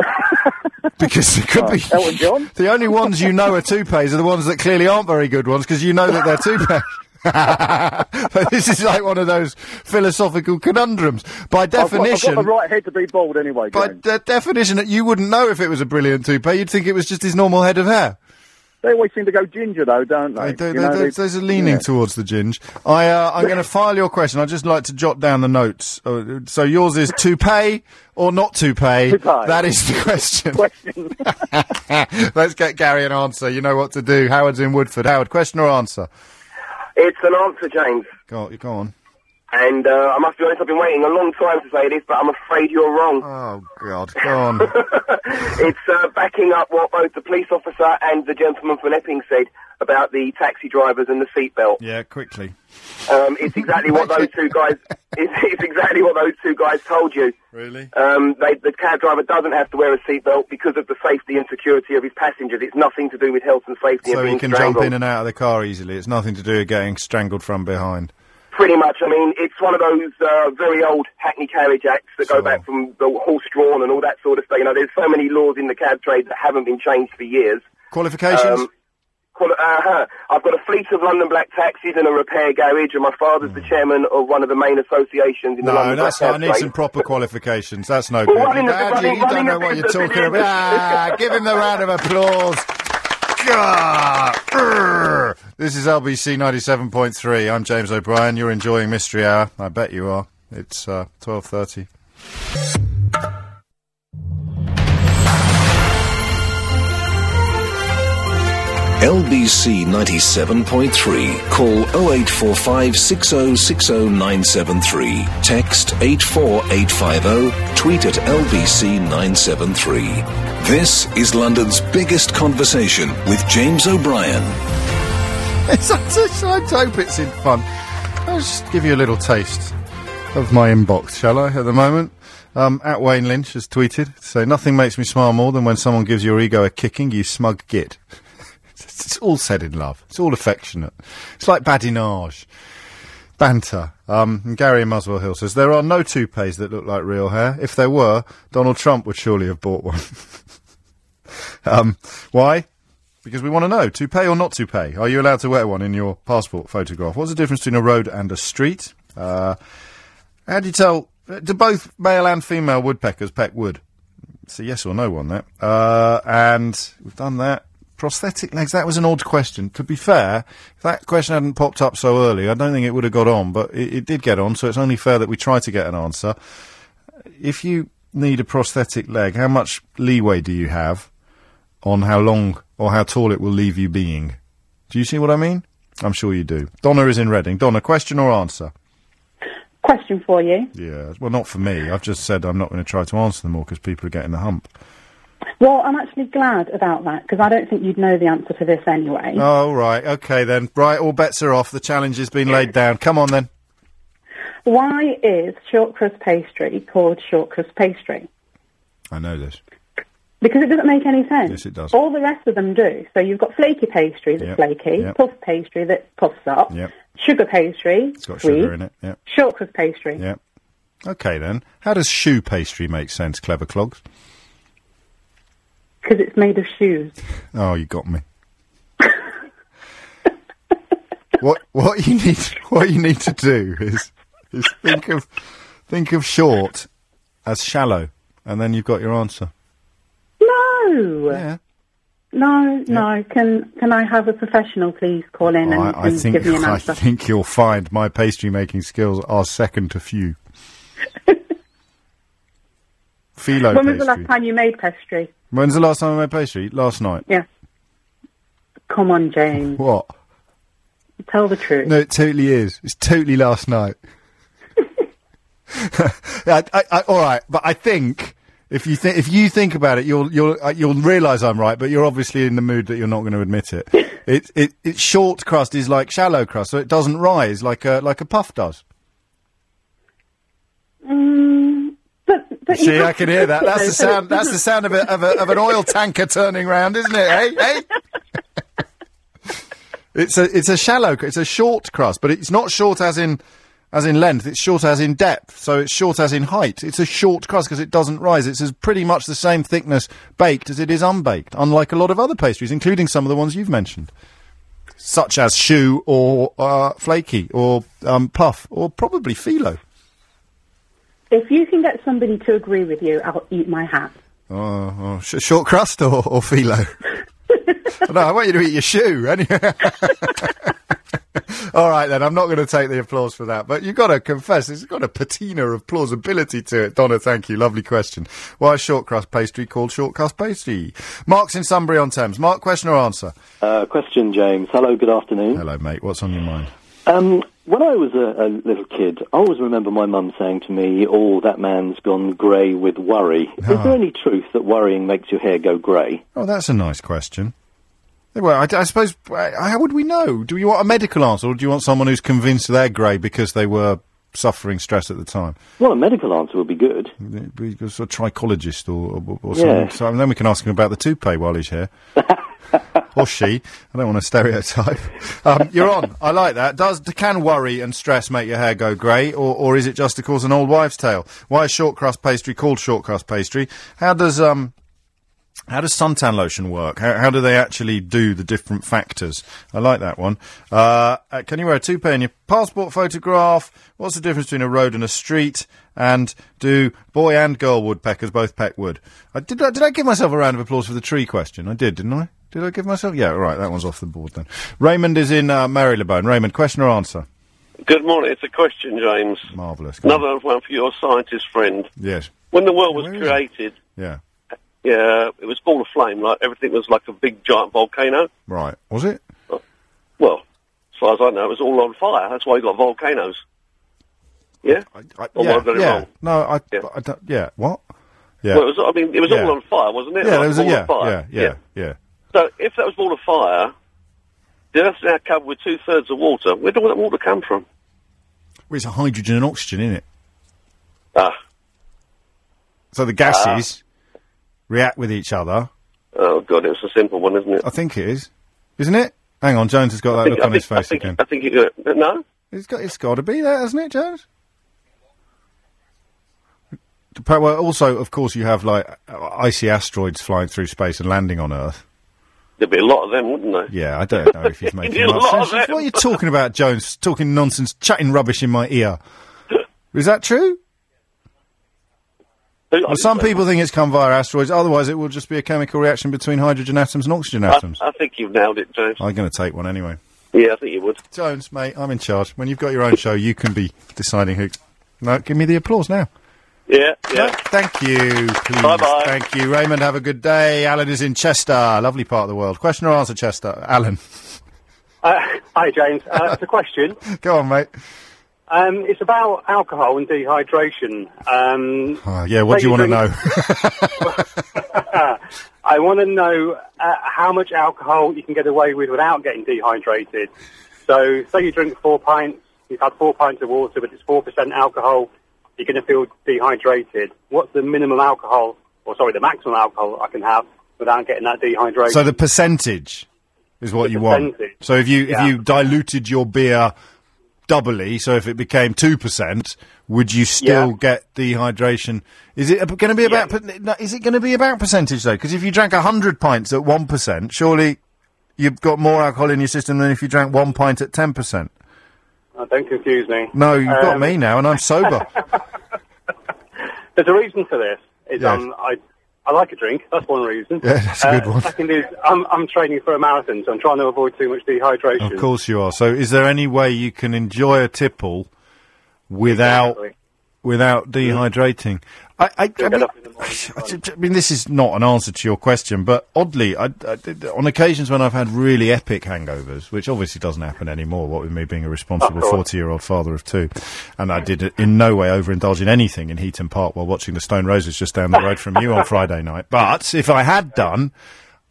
S3: because it could be
S6: Uh,
S3: *laughs*
S6: Elton John.
S3: the only ones you know are toupees are the ones that clearly aren't very good ones because you know that they're toupees. *laughs* but this is like one of those philosophical conundrums. By
S6: I've got-
S3: definition,
S6: I've got, the right head to be bald anyway.
S3: by
S6: Glenn.
S3: de- definition, that you wouldn't know if it was a brilliant toupee. You'd think it was just his normal head of hair.
S6: They always seem to go ginger, though, don't
S3: They
S6: they?
S3: do,
S6: You
S3: they-
S6: know,
S3: they-
S6: they-
S3: there's a leaning
S6: yeah.
S3: towards the ginge. I, uh, I'm going to file your question. I'd just like to jot down the notes. Uh, so yours is toupee or not toupee?
S6: Toupee.
S3: That is the question. *laughs* Let's get Gary an answer. You know what to do. Howard's in Woodford. Howard, question or answer?
S12: It's an answer, James.
S3: Go, on- go on.
S12: And uh, I must be honest, I've been waiting a long time to say this, but I'm afraid you're wrong.
S3: Oh, God, go on.
S12: it's uh, backing up what both the police officer and the gentleman from Epping said about the taxi drivers and the seatbelt.
S3: yeah, quickly.
S12: Um, it's exactly what those two guys. *laughs* It's, it's exactly what those two guys told you.
S3: Really?
S12: Um, they, the cab driver doesn't have to wear a seatbelt because of the safety and security of his passengers. It's nothing to do with health and safety.
S3: So
S12: and
S3: he
S12: being
S3: can
S12: strangled.
S3: jump in and out of the car easily. It's nothing to do with getting strangled from behind.
S12: Pretty much. I mean, it's one of those uh, very old Hackney Carriage Acts that go back from the horse-drawn and all that sort of stuff. You know, there's so many laws in the cab trade that haven't been changed for years.
S3: Qualifications?
S12: Um, quali- uh-huh. I've got a fleet of London black taxis and a repair garage, and my father's the chairman of one of the main associations in the
S3: Hmm. no,
S12: London
S3: that's
S12: black
S3: not.
S12: cab
S3: I need
S12: trade.
S3: some proper qualifications. That's no
S12: Well,
S3: good. You,
S12: running a-
S3: don't- you-
S12: running-
S3: you don't
S12: running a
S3: know what you're
S12: business
S3: talking
S12: in
S3: about.
S12: the-
S3: Ah, give him the round of applause.
S14: Uh,
S3: Gah, urgh. this is LBC 97.3. I'm James O'Brien. You're enjoying Mystery Hour. I bet you are. It's uh, 12.30.
S2: LBC 97.3. Call 0845 6060973. Text 84850. oh. Tweet at LBC 973. This is London's biggest conversation with James O'Brien.
S3: *laughs* It's, I, just, I hope it's in fun. I'll just give you a little taste of my inbox, shall I, at the moment? Um, at Wayne Lynch has tweeted, so nothing makes me smile more than when someone gives your ego a kicking, you smug git. *laughs* it's, it's all said in love. It's all affectionate. It's like badinage. Banter. Um, and Gary in Muswell Hill says, there are no toupees that look like real hair. If there were, Donald Trump would surely have bought one. *laughs* Um, why? Because we want to know, to pay or not to pay. Are you allowed to wear one in your passport photograph? What's the difference between a road and a street? Uh, how do you tell? uh, Do both male and female woodpeckers peck wood? It's a yes or no one, that. Uh, and we've done that. Prosthetic legs, that was an odd question. To be fair, if that question hadn't popped up so early, I don't think it would have got on, but it, it did get on, so it's only fair that we try to get an answer. If you need a prosthetic leg, how much leeway do you have? on how long or how tall it will leave you being. Do you see what I mean? I'm sure you do. Donna is in Reading. Donna, question or answer?
S13: question for you.
S3: Yeah, well, not for me. I've just said I'm not going to try to answer them all because people are getting the hump.
S13: Well, I'm actually glad about that because I don't think you'd know the answer to this anyway.
S3: Oh, right. Okay, then. Right, all bets are off. The challenge has been laid down. Come on, then.
S13: Why is shortcrust pastry called shortcrust pastry?
S3: I know this.
S13: Because it doesn't make any sense.
S3: Yes, it does.
S13: All the rest of them do. So you've got flaky pastry that's
S3: Yep,
S13: flaky,
S3: yep.
S13: puff pastry that puffs up,
S3: Yep.
S13: sugar pastry,
S3: It's got
S13: sweet,
S3: sugar in it. Yep.
S13: shortcrust pastry.
S3: Yep. Okay, then. How does shoe pastry make sense, clever clogs?
S13: Because it's made of shoes.
S3: Oh, you got me. what what you need what you need to do is is think of think of short as shallow, and then you've got your answer.
S13: No. No, no. Can can I have a professional please call in and,
S3: Oh, I, I
S13: and
S3: think
S13: give me
S3: *laughs*
S13: an
S3: I
S13: answer?
S3: think you'll find my pastry making skills are second to
S13: *laughs*
S3: few. Phyllo
S13: when was
S3: pastry.
S13: the last time you made pastry?
S3: When's the last time I made pastry? Last night.
S13: Yeah. Come on, James.
S3: What?
S13: Tell the truth.
S3: No, it totally is. It's totally last night. *laughs* I, I, I, all right, but I think if you think if you think about it, you'll you'll uh, you'll realise I'm right. But you're obviously in the mood that you're not going to admit
S13: *laughs*
S3: it. it it it's short crust is like shallow crust, so it doesn't rise like a like a puff does.
S13: Mm, but but you
S3: See,
S13: have
S3: I can
S13: to
S3: hear
S13: cook
S3: that.
S13: it,
S3: That's
S13: though,
S3: the
S13: so it
S3: sound. That's the
S13: doesn't-
S3: sound of a, of, a, of an oil tanker turning round, isn't it? eh? Hey, hey. it's a it's a shallow. cr- It's a short crust, but it's not short as in as in length. It's short as in depth. So it's short as in height. It's a short crust because it doesn't rise. It's as pretty much the same thickness baked as it is unbaked. Unlike a lot of other pastries, including some of the ones you've mentioned, such as choux or uh, flaky or um, puff or probably phyllo.
S13: If you can get somebody to agree with you, I'll eat my hat.
S3: Oh, oh sh- short crust or, or phyllo? no, I want you to eat your shoe. Anyway. *laughs* All right, then. I'm not going to take the applause for that. But you've got to confess, it's got a patina of plausibility to it. Donna, thank you. Lovely question. Why is short crust pastry called short crust pastry? Mark's in Sunbury on Thames. Mark, question or answer?
S15: Uh, question, James. Hello, good afternoon.
S3: Hello, mate. What's on your mind?
S15: Um, when I was a, a little kid, I always remember my mum saying to me, "Oh, that man's gone grey with worry."
S3: Ah.
S15: Is there any truth that worrying makes your hair go grey?
S3: Oh, that's a nice question. Yeah, Well, I, d- I suppose, uh, how would we know? Do you want a medical answer or do you want someone who's convinced they're grey because they were suffering stress at the time?
S15: Well, a medical answer would be good.
S3: We go sort of trichologist or, or, or
S15: Yeah.
S3: something. So, and then we can ask him about the toupee while
S15: *laughs*
S3: he's here. or she. I don't want to stereotype. Um, you're on. I like that. Does Can worry and stress make your hair go grey, or, or is it just to cause an old wives' tale? Why is short crust pastry called short crust pastry? How does um, how does suntan lotion work? How, how do they actually do the different factors? I like that one. Uh, uh, can you wear a toupee in your passport photograph? What's the difference between a road and a street? And do boy and girl woodpeckers both peck wood? Uh, did, I, did I give myself a round of applause for the tree question? I did, didn't I? Did I give myself? Yeah, all right, that one's off the board then. Raymond is in uh, Marylebone. Raymond, question or answer?
S16: Good morning. It's a question, James.
S3: Marvellous.
S16: Another one for your scientist friend.
S3: Yes.
S16: When the world was created,
S3: Yeah.
S16: yeah, it was all aflame. Like everything was like a big giant volcano.
S3: Right. Was it?
S16: Well, as far as I know, it was all on fire. That's why you got volcanoes. Yeah. Or
S3: yeah.
S16: am I Oh, got it
S3: yeah.
S16: wrong?
S3: No, I, I don't, yeah. What? Yeah.
S16: Well, it was, I mean, it was
S3: Yeah.
S16: all on fire, wasn't it?
S3: yeah,
S16: Like,
S3: there was a,
S16: all on
S3: yeah, yeah,
S16: fire.
S3: yeah, yeah.
S16: So if that was all on fire, the Earth's now covered with two thirds of water. Where did all that water come from?
S3: Well, it's a hydrogen and oxygen, isn't it?
S16: Ah.
S3: So the gases react with each other.
S16: Oh God, it's a simple one, isn't it?
S3: I think it is, isn't it? Hang on, Jones has got that *laughs*
S16: I think-
S3: look
S16: I
S3: on his
S16: think- I
S3: face
S16: think-
S3: again.
S16: I think you got no.
S3: It's got, it's got to be there, hasn't it, Jones? Dep- Well, also, of course, you have like uh, icy asteroids flying through space and landing on Earth.
S16: There'd be a lot of them, wouldn't there?
S3: Yeah, I don't know
S16: *laughs*
S3: *laughs* if he's making
S16: A
S3: much
S16: lot of
S3: sense.
S16: them.
S3: What are you talking about, Jones? Talking nonsense, chatting rubbish in my ear. Is that true? Well, some people think it's come via asteroids. Otherwise, it will just be a chemical reaction between hydrogen atoms and oxygen
S16: I,
S3: atoms.
S16: I think you've nailed it, James.
S3: I'm going to take one anyway.
S16: Yeah, I think you would.
S3: Jones, mate, I'm in charge. When you've got your own show, you can be deciding who. No, give me the applause now.
S16: Yeah, yeah.
S3: Thank you. Please.
S16: Bye-bye.
S3: Thank you, Raymond. Have a good day. Alan is in Chester, lovely part of the world. Question or answer, Chester? Alan, *laughs*
S17: Uh, hi, James. Uh, it's a question.
S3: go on, mate.
S17: Um, it's about alcohol and dehydration. Um,
S3: Ah, yeah, what do you want to *laughs* know?
S17: I want to know uh, how much alcohol you can get away with without getting dehydrated. So, say you drink four pints, you've had four pints of water, but it's four percent alcohol. You're going to feel dehydrated. What's the minimum alcohol, or sorry, the maximum alcohol I can have without getting that dehydration?
S3: So the percentage is what you
S17: percentage.
S3: want. So if you if you diluted your beer doubly, so if it became two percent, would you still get dehydration? Is it going to be about? per- no, Is it going to be about percentage though? Because if you drank hundred pints at one percent, surely you've got more alcohol in your system than if you drank one pint at ten percent.
S17: Oh, don't confuse me.
S3: No, you've got
S17: Um,
S3: me now, and I'm sober.
S17: *laughs* There's a reason for this. Is
S3: Yes.
S17: um, I I like a drink. That's one reason. Uh,
S3: Yeah, that's a good one.
S17: Second is I'm I'm training for a marathon, so I'm trying to avoid too much dehydration.
S3: Of course you are. So is there any way you can enjoy a tipple without
S17: Exactly. Mm-hmm.
S3: without dehydrating? I, I, I, mean, I mean, this is not an answer to your question, but oddly, I, I did- on occasions when I've had really epic hangovers, which obviously doesn't happen anymore, what with me being a responsible
S17: Of course.
S3: 40 year old father of two, and I did in no way overindulge in anything in Heaton Park while watching the Stone Roses just down the road from you on Friday night. But if I had done,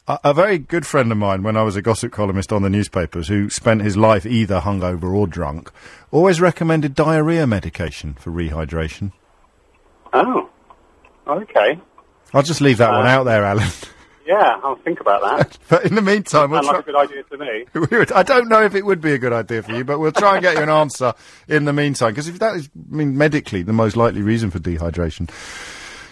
S3: a, a very good friend of mine, when I was a gossip columnist on the newspapers, who spent his life either hungover or drunk, always recommended diarrhea medication for rehydration.
S17: Oh, okay.
S3: I'll just leave that one
S17: Uh,
S3: out there, Alan. *laughs*
S17: Yeah, I'll think about that.
S3: but in the meantime, we'll
S17: Sounds
S3: try.
S17: like a good idea to me.
S3: *laughs* We would- I don't know if it would be a good idea for you, but we'll try and get you an answer in the meantime. Because if that is, I mean, medically, the most likely reason for dehydration.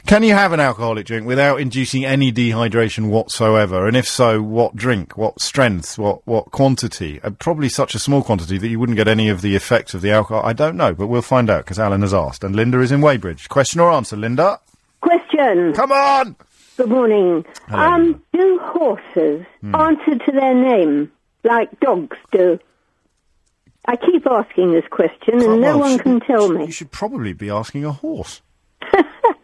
S3: Can you have an alcoholic drink without inducing any dehydration whatsoever? And if so, what drink, what strength, what, what quantity? Uh, probably such a small quantity that you wouldn't get any of the effects of the alcohol. I don't know, but we'll find out because Alan has asked. And Linda is in Weybridge. Question or answer, Linda?
S18: Question.
S3: Come on.
S18: Good morning.
S3: Hello. Hmm.
S18: Um, do horses answer to their name like dogs do? I keep asking this question and no
S3: Well,
S18: one can
S3: shouldn't-
S18: tell me.
S3: You should probably be asking a
S18: *laughs*
S3: horse.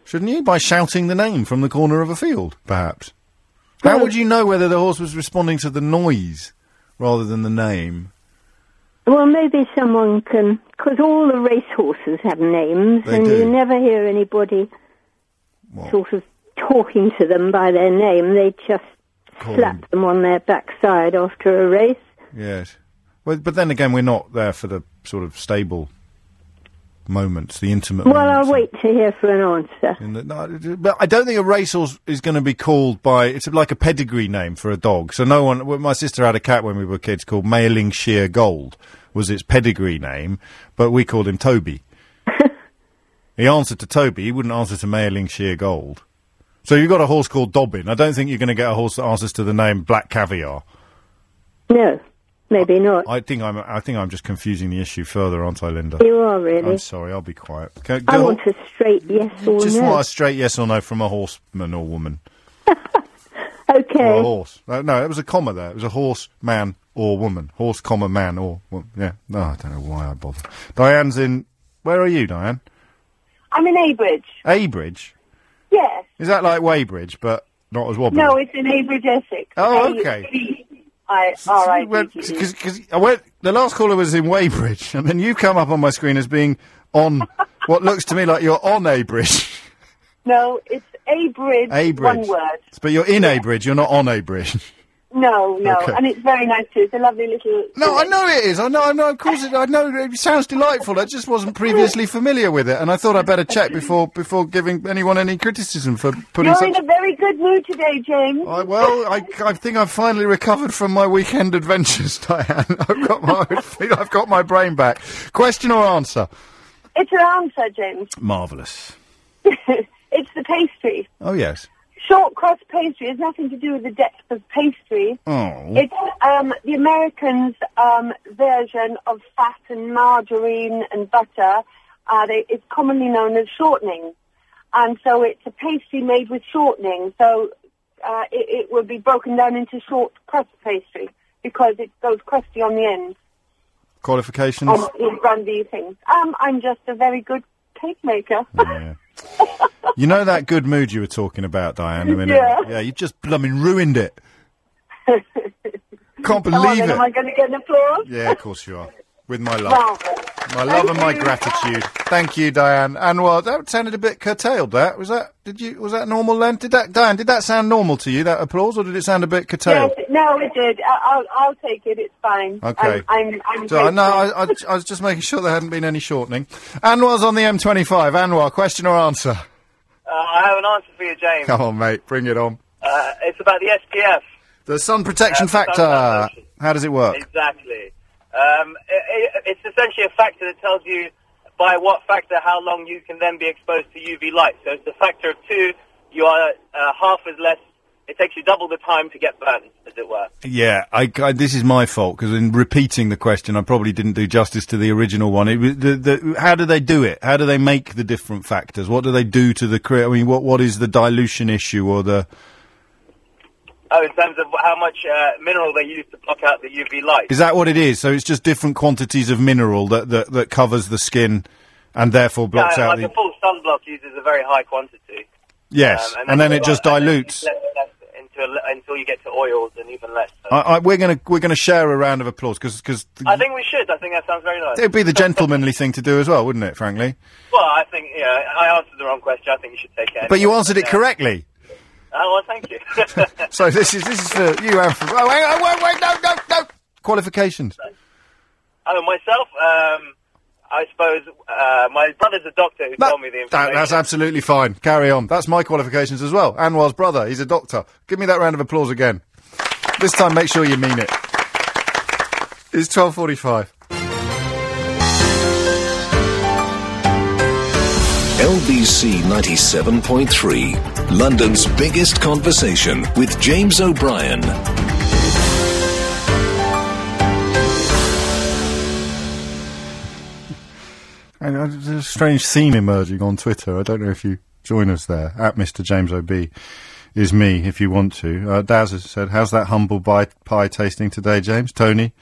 S3: shouldn't you? By shouting the name from the corner of a field, perhaps. How would you know whether the horse was responding to the noise rather than the name?
S18: Well, maybe someone can, because all the racehorses have names,
S3: They
S18: and
S3: do.
S18: you never hear anybody sort of talking to them by their name. They just
S3: Call
S18: slap them. on their backside after a race.
S3: Yes. Well, but then again, we're not there for the sort of stable moments, the intimate
S18: well, I'll wait to hear for an answer.
S3: In the, no, it- but I don't think a racehorse is going to be called by. It's like a pedigree name for a dog. So no one. Well, my sister had a cat when we were kids called Mailing Sheer Gold was its pedigree name, but we called him
S18: *laughs*
S3: Toby. he answered to Toby. He wouldn't answer to Mailing Sheer Gold. So you've got a horse called Dobbin. I don't think you're going to get a horse that answers to the name Black Caviar.
S18: No, maybe not.
S3: I think I'm. I think I'm just confusing the issue further, aren't I, Linda?
S18: You are really.
S3: I'm sorry. I'll be quiet. Can-
S18: I
S3: go-
S18: want a straight yes or
S3: just
S18: no.
S3: want a straight yes or no from a horseman or woman. Or
S18: okay.
S3: a horse. No, no, it was a comma there. It was a horse, man, or woman. Horse, comma, man, or woman. Yeah. No, I don't know why I bother. Diane's in. Where are you, Diane?
S19: I'm in Abridge.
S3: Abridge.
S19: Yes.
S3: Is that like Weybridge, but not as wobbly?
S19: No, it's in Abridge, Essex.
S3: Oh,
S19: A-
S3: okay.
S19: B- I all right. thank you.
S3: Because I went. The last caller was in Weybridge, and then you come up on my screen as being
S19: *laughs*
S3: on what looks to me like you're on Abridge.
S19: No, it's Abridge.
S3: Abridge.
S19: One word.
S3: *laughs* But you're in Abridge. You're not on Abridge.
S19: No, no,
S3: Okay.
S19: and it's very nice too. It's a lovely little.
S3: No, I know it is. I know. I know. Of course, it, I know. It sounds delightful. I just wasn't previously familiar with it, and I thought I'd better check before before giving anyone any criticism for putting.
S19: You're
S3: such...
S19: in a very good mood today, James.
S3: I, well, I, I think I've finally recovered from my weekend adventures, *laughs* Diane. I've got my *laughs* I think I've got my brain back. Question or answer?
S19: It's an answer, James. *laughs*
S3: Marvelous.
S19: it's the pastry.
S3: Oh yes.
S19: Short crust pastry has nothing to do with the depth of pastry.
S3: Oh.
S19: It's um, the Americans' um, version of fat and margarine and butter. Uh, they, it's commonly known as shortening, and so it's a pastry made with shortening. So uh, it, it would be broken down into short crust pastry because it goes crusty on the end.
S3: Qualifications.
S19: On these brandy things. Um, I'm just a very good cake maker.
S3: You know that good mood you were talking about, Diane. A minute.
S19: Yeah.
S3: Yeah. You just blooming ruined it. Can't
S19: Come on,
S3: believe
S19: then,
S3: it.
S19: Am I going to get an applause?
S3: Yeah, of course you are. with my love.
S19: Well,
S3: My love and my gratitude. Thank you, Diane. And well, that sounded a bit curtailed. That was that. Did you was that normal then? Did that Diane? Did that sound normal to you? That applause, or did it sound a bit curtailed?
S19: yes, no, it did. I- I'll, I'll take it. It's fine.
S3: Okay.
S19: I'm, I'm, I'm
S3: so I- no,
S19: grateful.
S3: I, I, I was just making sure there hadn't been any shortening. Anwar's on the M25. Anwar, question or answer?
S14: Uh, I have an answer for you, James.
S3: Come on, mate, bring it on.
S14: Uh, it's about the SPF.
S3: The sun protection
S14: Uh, sun
S3: factor. How does it work?
S14: Exactly. Um, i i it's essentially a factor that tells you by what factor how long you can then be exposed to UV light. So it's a factor of two. You are uh, half as less. It takes you double the time to get burned, as it were.
S3: Yeah, I, I- this is my fault because in repeating the question, I probably didn't do justice to the original one. It, was- the, the, how do they do it? How do they make the different factors? What do they do to the cre I mean, what what is the dilution issue or the?
S14: Oh, in terms of how much uh, mineral they use to block out the UV light.
S3: Is that what it is? So it's just different quantities of mineral that that, that covers the skin and therefore blocks
S14: yeah,
S3: out
S14: like
S3: the.
S14: a full sunblock uses a very high quantity.
S3: Yes,
S14: Um,
S3: and then
S14: you
S3: it
S14: got-
S3: just
S14: and then
S3: dilutes.
S14: less and less into a le- until you get to oils and even less.
S3: I, I, we're gonna we're gonna share a round of applause because because
S14: I think we should. I think that sounds very nice.
S3: it'd be the gentlemanly thing to do as well, wouldn't it? Frankly,
S14: Well, I think yeah, I answered the wrong question. I think you should take it.
S3: but you
S14: anyway.
S3: answered it
S14: Yeah.
S3: correctly. *laughs*
S14: Oh well, thank you. *laughs*
S3: so this is this is for you and for oh, hang on, wait, wait, no, no, no. Qualifications.
S14: oh, myself. Um, I suppose uh, my brother's a doctor who told me the
S3: That,
S14: information.
S3: that's absolutely fine. Carry on. That's my qualifications as well. Anwar's brother. He's a doctor. Give me that round of applause again. This time, make sure you mean it. It's twelve forty-five.
S2: LBC 97.3, London's biggest conversation with James O'Brien.
S3: And uh, there's a strange theme emerging on Twitter. I don't know if you join us there. At Mr. James OB is me if you want to. Uh, Daz has said, How's that humble pie, pie tasting today, James? Tony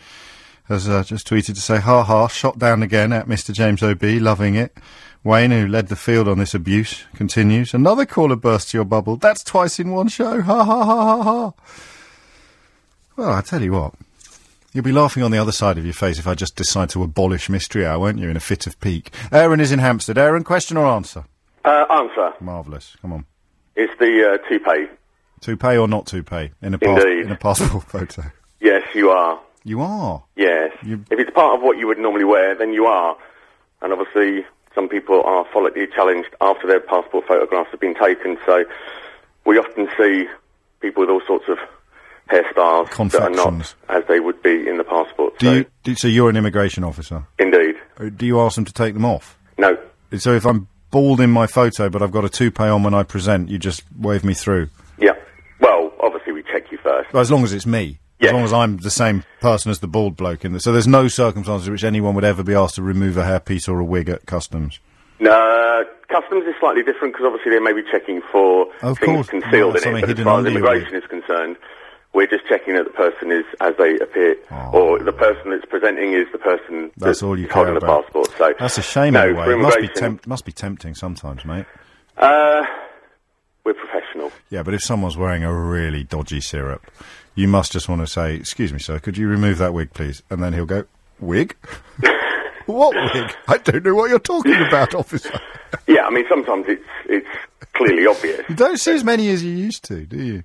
S3: has uh, just tweeted to say, Ha ha, shot down again at Mr. James OB, loving it. Wayne, who led the field on this abuse, continues, Another caller burst to your bubble. That's twice in one show. Ha ha ha ha ha. Well, I tell you what. You'll be laughing on the other side of your face if I just decide to abolish Mystery Hour, won't you, in a fit of pique? Aaron is in Hampstead. Aaron, question or answer?
S20: Uh, answer.
S3: Marvellous. Come on.
S20: It's the uh, toupee.
S3: To pay or not to pay in a, pass-
S20: Indeed.
S3: in a passport *laughs* photo?
S20: Yes, you are.
S3: You are.
S20: Yes.
S3: You-
S20: If it's part of what you would normally wear, then you are. And obviously, some people are follically challenged after their passport photographs have been taken. So we often see people with all sorts of hairstyles that are not
S3: Confections.
S20: as they would be in the passport.
S3: Do you, do, so you're an immigration officer.
S20: Indeed.
S3: Uh, Do you ask them to take them off?
S20: No.
S3: So if I'm bald in my photo but I've got a toupee on when I present, you just wave me through?
S20: Yeah. Well, obviously, we check you first.
S3: Well, as long as it's me. As long as I'm the same person as the bald bloke in the So there's no circumstances in which anyone would ever be asked to remove a hairpiece or a wig at customs.
S20: No, customs is slightly different because obviously they may be checking for
S3: Of
S20: things
S3: course.
S20: concealed
S3: Well,
S20: in it.
S3: something
S20: But as
S3: hidden
S20: far as
S3: under your
S20: immigration is concerned, we're just checking that the person is as they appear, or the person that's presenting is the person
S3: Oh. That's
S20: that's
S3: all you
S20: holding
S3: care
S20: the
S3: about.
S20: passport. So
S3: That's a shame,
S20: No,
S3: in a way.
S20: for
S3: It must be,
S20: immigration-
S3: temp- must be tempting sometimes, mate.
S20: uh, we're professional.
S3: Yeah, but if someone's wearing a really dodgy syrup, you must just want to say, "Excuse me, sir, could you remove that wig, please?" And then he'll go,
S20: *laughs*
S3: "Wig? what wig? I don't know what you're talking about, officer."
S20: Yeah, I mean sometimes it's it's clearly obvious.
S3: You don't see as many as you used to, do you?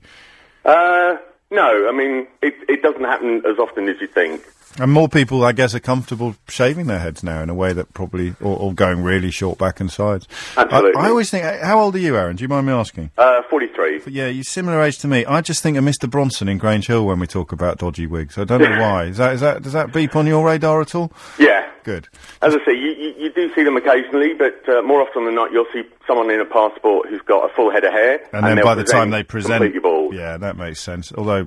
S20: Uh, no, I mean it it doesn't happen as often as you think.
S3: And more people, I guess, are comfortable shaving their heads now in a way that probably, or, or going really short back and sides.
S20: Absolutely.
S3: I, I always think, how old are you, Aaron? Do you mind me asking?
S20: Uh, forty three.
S3: But yeah, you're similar age to me. I just think of Mr. Bronson in Grange Hill when we talk about dodgy wigs. I don't
S20: *laughs*
S3: know why. Is that, is that, does that beep on your radar at all?
S20: Yeah.
S3: Good.
S20: As I say, you, you, you do see them occasionally, but uh, more often than not, you'll see someone in a passport who's got a full head of hair.
S3: And, then
S20: they'll
S3: by the time they present,
S20: completely bald.
S3: yeah, that makes sense. Although,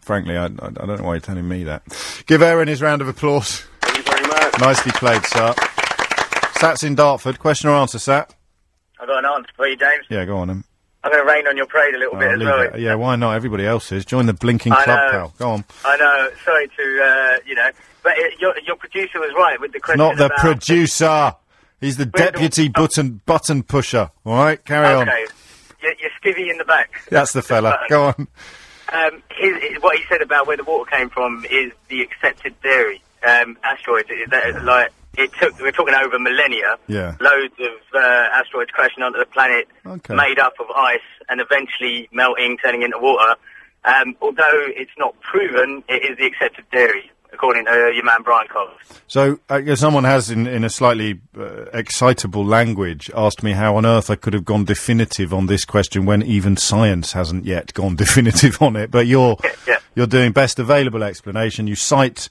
S3: frankly, I, I, I don't know why you're telling me that. Give Aaron his round of applause.
S20: Thank you very much.
S3: Nicely played, Sat. Sat's in Dartford. Question or answer, Sat?
S21: I've got an answer for you, James.
S3: Yeah, go on. Him.
S21: I'm going to rain on your parade a
S3: Oh,
S21: little bit as well.
S3: Yeah, why not? Everybody else is. Join the blinking
S21: I
S3: club,
S21: know.
S3: pal. Go on.
S21: I know. Sorry to uh, you know, but it, your your producer was right with the
S3: It's
S21: question.
S3: not the
S21: about-
S3: producer. He's the deputy button button pusher. All right, carry on.
S21: Okay, you're, you're skivvy in the back.
S3: That's the fella. Go on.
S21: Um, his, his- what he said about where the water came from is the accepted theory. um, asteroids. It, that, Like it took, we're talking over millennia.
S3: Yeah.
S21: Loads of uh, asteroids crashing onto the planet,
S3: Okay.
S21: made up of ice, and eventually melting, turning into water. Um, although it's not proven, it is the accepted theory, according to uh, your man Brian Cox.
S3: So, I guess someone has, in, in a slightly uh, excitable language, asked me how on earth I could have gone definitive on this question when even science hasn't yet gone *laughs* definitive on it. But you're you're doing best available explanation. You cite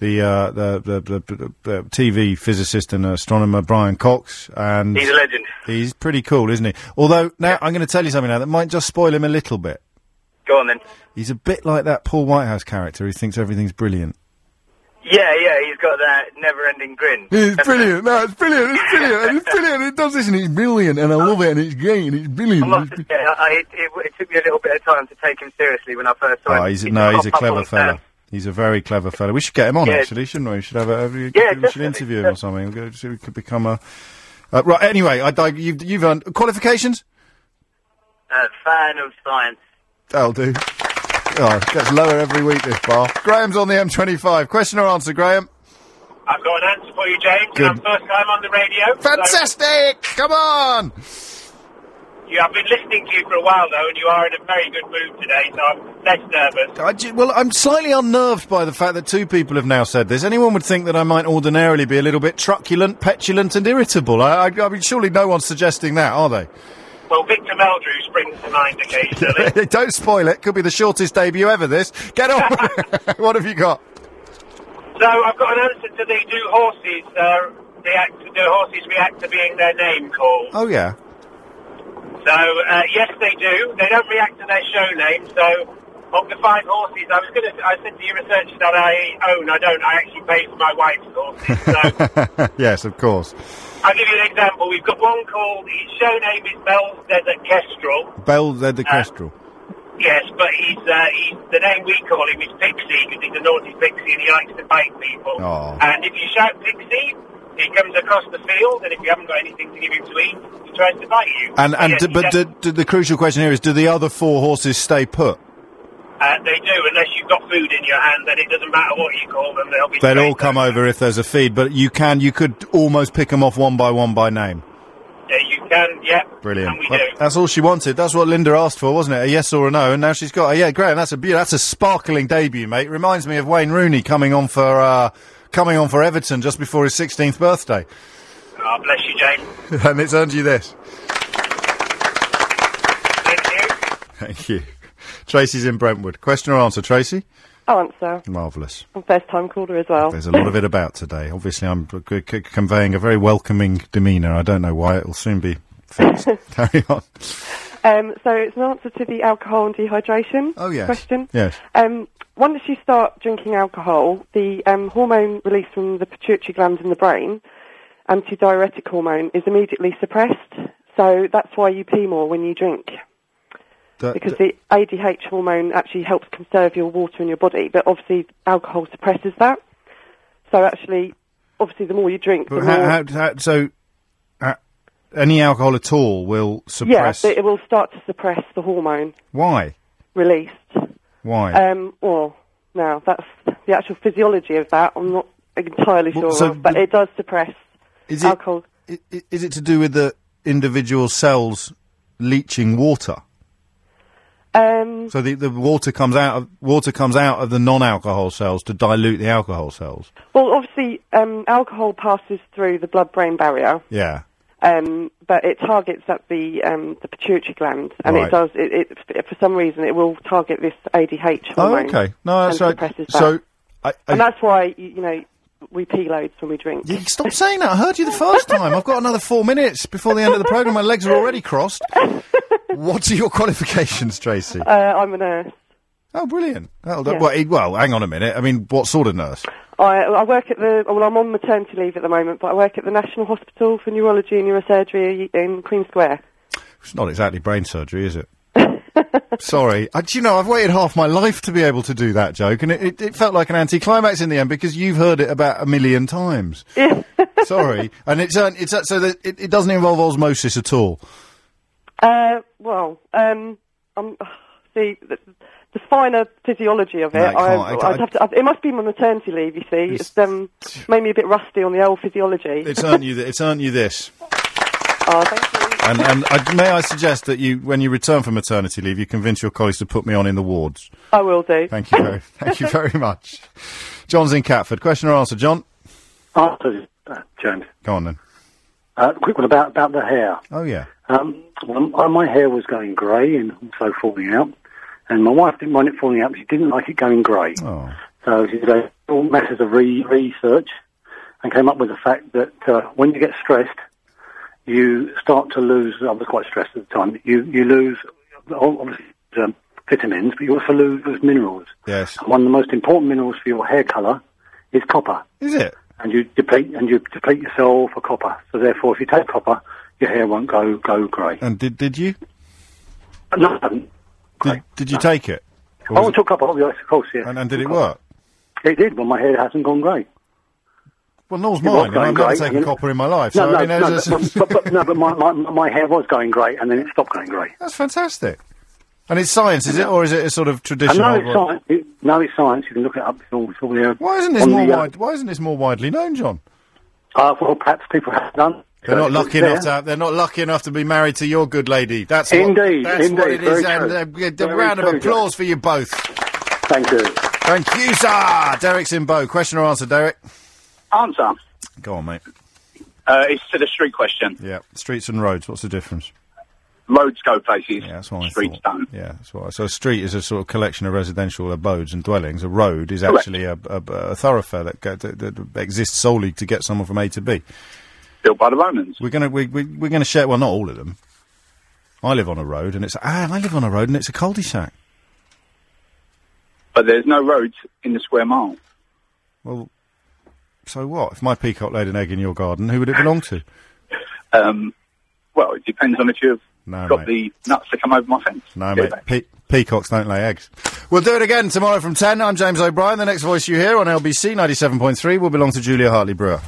S3: the uh, the, the, the, the, the TV physicist and astronomer Brian Cox, and
S21: He's a legend.
S3: He's pretty cool, isn't he? Although now I'm going to tell you something now that might just spoil him a little bit.
S21: Go on then.
S3: He's a bit like that Paul Whitehouse character who thinks everything's brilliant.
S21: Yeah, yeah, he's got that never-ending grin.
S3: It's brilliant. No, it's brilliant. It's brilliant. And it's brilliant. It does this and it's brilliant. And I love it. And it's great. And
S21: I
S3: it's
S21: must
S3: brilliant.
S21: admit, I, I, it, it, it took me a little bit of time to take him seriously when I first saw him.
S3: Oh, he's, no, he's a
S21: pop up
S3: clever
S21: on
S3: fella. He's a very clever fella. We should get him on,
S21: Yeah.
S3: actually, shouldn't we? We should have a, we
S21: Yeah,
S3: should
S21: definitely,
S3: interview him or something. We'll go, see if we could become a. Uh, right, anyway, I, dig- you've, you've earned qualifications?
S21: a fan of science.
S3: That'll do. Oh, it gets lower every week, this bar. Graham's on the M25. Question or answer, Graham?
S22: I've got an answer for you, James.
S3: Good.
S22: I'm first time on the radio.
S3: Fantastic! Come on!
S22: You, I've been listening to you for a while, though, and you are in a very good mood today, so I'm less nervous.
S3: I ju- well, I'm slightly unnerved by the fact that two people have now said this. Anyone would think that I might ordinarily be a little bit truculent, petulant, and irritable. I, I, I mean, surely no one's suggesting that, are they?
S22: Well, Victor Meldrew springs to mind
S3: *laughs*
S22: occasionally.
S3: Don't spoil it. Could be the shortest debut ever. This. Get on. *laughs* what have you got?
S22: so I've got an answer to the do horses, uh, react, do horses react to being their name called?
S3: Oh yeah.
S22: So, uh, yes, they do. They don't react to their show name, so... Of the five horses, I was going to. I said to your researcher that I own. I don't. I actually pay for my wife's horses. So
S3: *laughs* yes, of course.
S22: I'll give you an example. We've got one called, his show name is Mel's Desert Kestrel.
S3: Bell led the Kestrel.
S22: Yes, but he's, uh, he's, the name we call him is Pixie because he's a naughty Pixie and he likes to bite people.
S3: Oh.
S22: And if you shout Pixie, he comes across the field and if you haven't got anything to give him to eat, he tries to bite you.
S3: And and
S22: Yes,
S3: d- but
S22: yes,
S3: d- d- the crucial question here is: Do the other four horses stay put?
S22: uh, they do, unless you've got food in your hand, then it doesn't matter what you call them, they'll be
S3: They'll all come over if there's a feed, but you can you could almost pick them off one by one by name.
S22: Uh, you can, yeah.
S3: Brilliant.
S22: And we
S3: Well,
S22: do.
S3: That's all she wanted. That's what Linda asked for, wasn't it? A yes or a no, and now she's got a yeah. Graham, that's a beau- that's a sparkling debut, mate. Reminds me of Wayne Rooney coming on for uh, coming on for Everton just before his 16th birthday, *laughs*
S22: Oh, bless you, James.
S3: and it's earned you this. Thank you. Tracy's in Brentwood. Question or answer, Tracy?
S23: I'll answer.
S3: Marvellous.
S23: I'm first time caller as well.
S3: There's a lot of it about today. Obviously, I'm c- c- conveying a very welcoming demeanour. I don't know why. It'll soon be
S23: *laughs*
S3: fixed. Carry on.
S23: Um, so it's an answer to the alcohol and dehydration oh,
S3: yes.
S23: question.
S3: Yes.
S23: Um, once you start drinking alcohol, the um, hormone released from the pituitary gland in the brain, antidiuretic hormone, is immediately suppressed. So that's why you pee more when you drink.
S3: D-
S23: because the ADH hormone actually helps conserve your water in your body, but obviously alcohol suppresses that. So actually, obviously, the more you drink, the
S3: But
S23: more
S3: how, how, how, so, uh, any alcohol at all will suppress.
S23: yeah, it will start to suppress the hormone
S3: Why?
S23: release.
S3: Why?
S23: Um, well, now that's the actual physiology of that. I'm not entirely sure,
S3: Well, so
S23: of, but it does suppress
S3: Is it-
S23: alcohol.
S3: I- i- is it to do with the individual cells leaching water?
S23: Um,
S3: So the, the water comes out of water comes out of the non-alcohol cells to dilute the alcohol cells.
S23: well, obviously, um, alcohol passes through the blood-brain barrier,
S3: Yeah.
S23: um, but it targets at the um, the pituitary gland, and
S3: Right.
S23: it does. It, it for some reason it will target this ADH
S3: Oh,
S23: hormone.
S3: okay. No, that's
S23: and
S3: right.
S23: suppresses that.
S3: So, I, I,
S23: and that's why you, you know we pee loads when we drink.
S3: You stop saying that. I heard you the first time. I've got another four minutes before the end of the program. My legs are already
S23: *laughs*
S3: crossed. What are your qualifications, Tracy?
S23: Uh, I'm a nurse.
S3: Oh, brilliant! That'll do.
S23: Yeah.
S3: Well, eh, well, hang on a minute. I mean, what sort of nurse?
S23: I, I work at the. Well, I'm on maternity leave at the moment, but I work at the National Hospital for Neurology and Neurosurgery in Queen Square.
S3: It's not exactly brain surgery, is it? Sorry. I, do you know, I've waited half my life to be able to do that joke, and it, it, it felt like an anticlimax in the end because you've heard it about a million times. Sorry. And it's, uh, it's uh, so that it, it doesn't involve osmosis at all.
S23: Uh, well, um, I'm *sighs* the the, the finer physiology of it.
S3: No, I can't- I
S23: I,
S3: can't-
S23: would have to. I'd- it must be my maternity leave. You see, it's, um, made me a bit rusty on the old physiology.
S3: It's
S23: *laughs*
S3: earned you. Th- it's earned you this.
S23: oh, thank you.
S3: And, and I, may I suggest that you, when you return from maternity leave, you convince your colleagues to put me on in the wards.
S23: I will do.
S3: Thank you. Very, thank you very much. John's in Catford. Question or answer, John?
S24: Answer, uh, James.
S3: Go on then.
S24: Uh, quick one about, about the hair.
S3: Oh yeah.
S24: Um, well, m- my hair was going grey and also falling out, and my wife didn't mind it falling out. But she didn't like it going grey.
S3: Oh.
S24: So she did a- all methods of re- research and came up with the fact that uh, when you get stressed, you start to lose. I was quite stressed at the time. You you lose obviously um, vitamins, but you also lose, lose minerals.
S3: Yes.
S24: One of the most important minerals for your hair colour is copper
S3: Is it?
S24: and you deplete and you deplete yourself for copper. So therefore, if you take copper, your hair won't go go grey.
S3: And did did you?
S24: No, I haven't.
S3: Did, did you take it? Or
S24: I
S3: was it-
S24: took copper. Yes, of course. Yeah.
S3: And, and did it work?
S24: It did. Well, my hair hasn't gone grey.
S3: Well, nor's
S24: It was
S3: mine. and
S24: going
S3: I've never
S24: grey,
S3: taken
S24: and-
S3: copper in my life.
S24: no,
S3: Oh, so
S24: no,
S3: I mean,
S24: no,
S3: there's a-
S24: but, but, but, no, but my, my, my hair was going grey, and then it stopped going grey.
S3: that's fantastic. And it's science, is it, or is it a sort of *laughs*
S24: And
S3: traditional?
S24: now it's science. It, now it's science. You can look it up. It's all, it's all there.
S3: Why isn't this
S24: on
S3: more
S24: the, uh,
S3: wide, Why isn't this more widely known, John?
S24: Uh, well, perhaps people have done.
S3: They're not
S24: It's
S3: lucky
S24: there.
S3: enough to. Have, they're not lucky enough to be married to your good lady. That's What,
S24: Indeed,
S3: that's what
S24: indeed,
S3: it is.
S24: very
S3: And uh,
S24: true.
S3: yeah, a
S24: Very
S3: round of
S24: true, John.
S3: applause for you both.
S24: Thank you.
S3: Thank you, sir. Derek's in Bow. Question or answer, Derek?
S5: Answer.
S3: Go on, mate.
S5: Uh, it's to the street question.
S3: Yeah, streets and roads. What's the difference?
S5: Roads go places.
S3: Yeah, that's what I
S5: Streets don't.
S3: Yeah, that's what. So a street is a sort of collection of residential abodes and dwellings. A road is
S5: Correct.
S3: actually a, a, a thoroughfare that, go, that, that exists solely to get someone from A to B.
S5: Built by the Romans.
S3: We're gonna we, we, we're gonna share. Well, not all of them. I live on a road, and it's ah, I live on a road, and it's a cul-de-sac.
S5: But there's no roads in the square mile.
S3: Well, so what? If my peacock laid an egg in your garden, who would it belong
S5: *laughs*
S3: to?
S5: Um, well, it depends on if you've
S3: No,
S5: got
S3: mate.
S5: the nuts to come over my fence.
S3: No, mate. Pe- peacocks don't lay eggs. We'll do it again tomorrow from 10. I'm James O'Brien. The next voice you hear on LBC 97.3 will belong to Julia Hartley Brewer.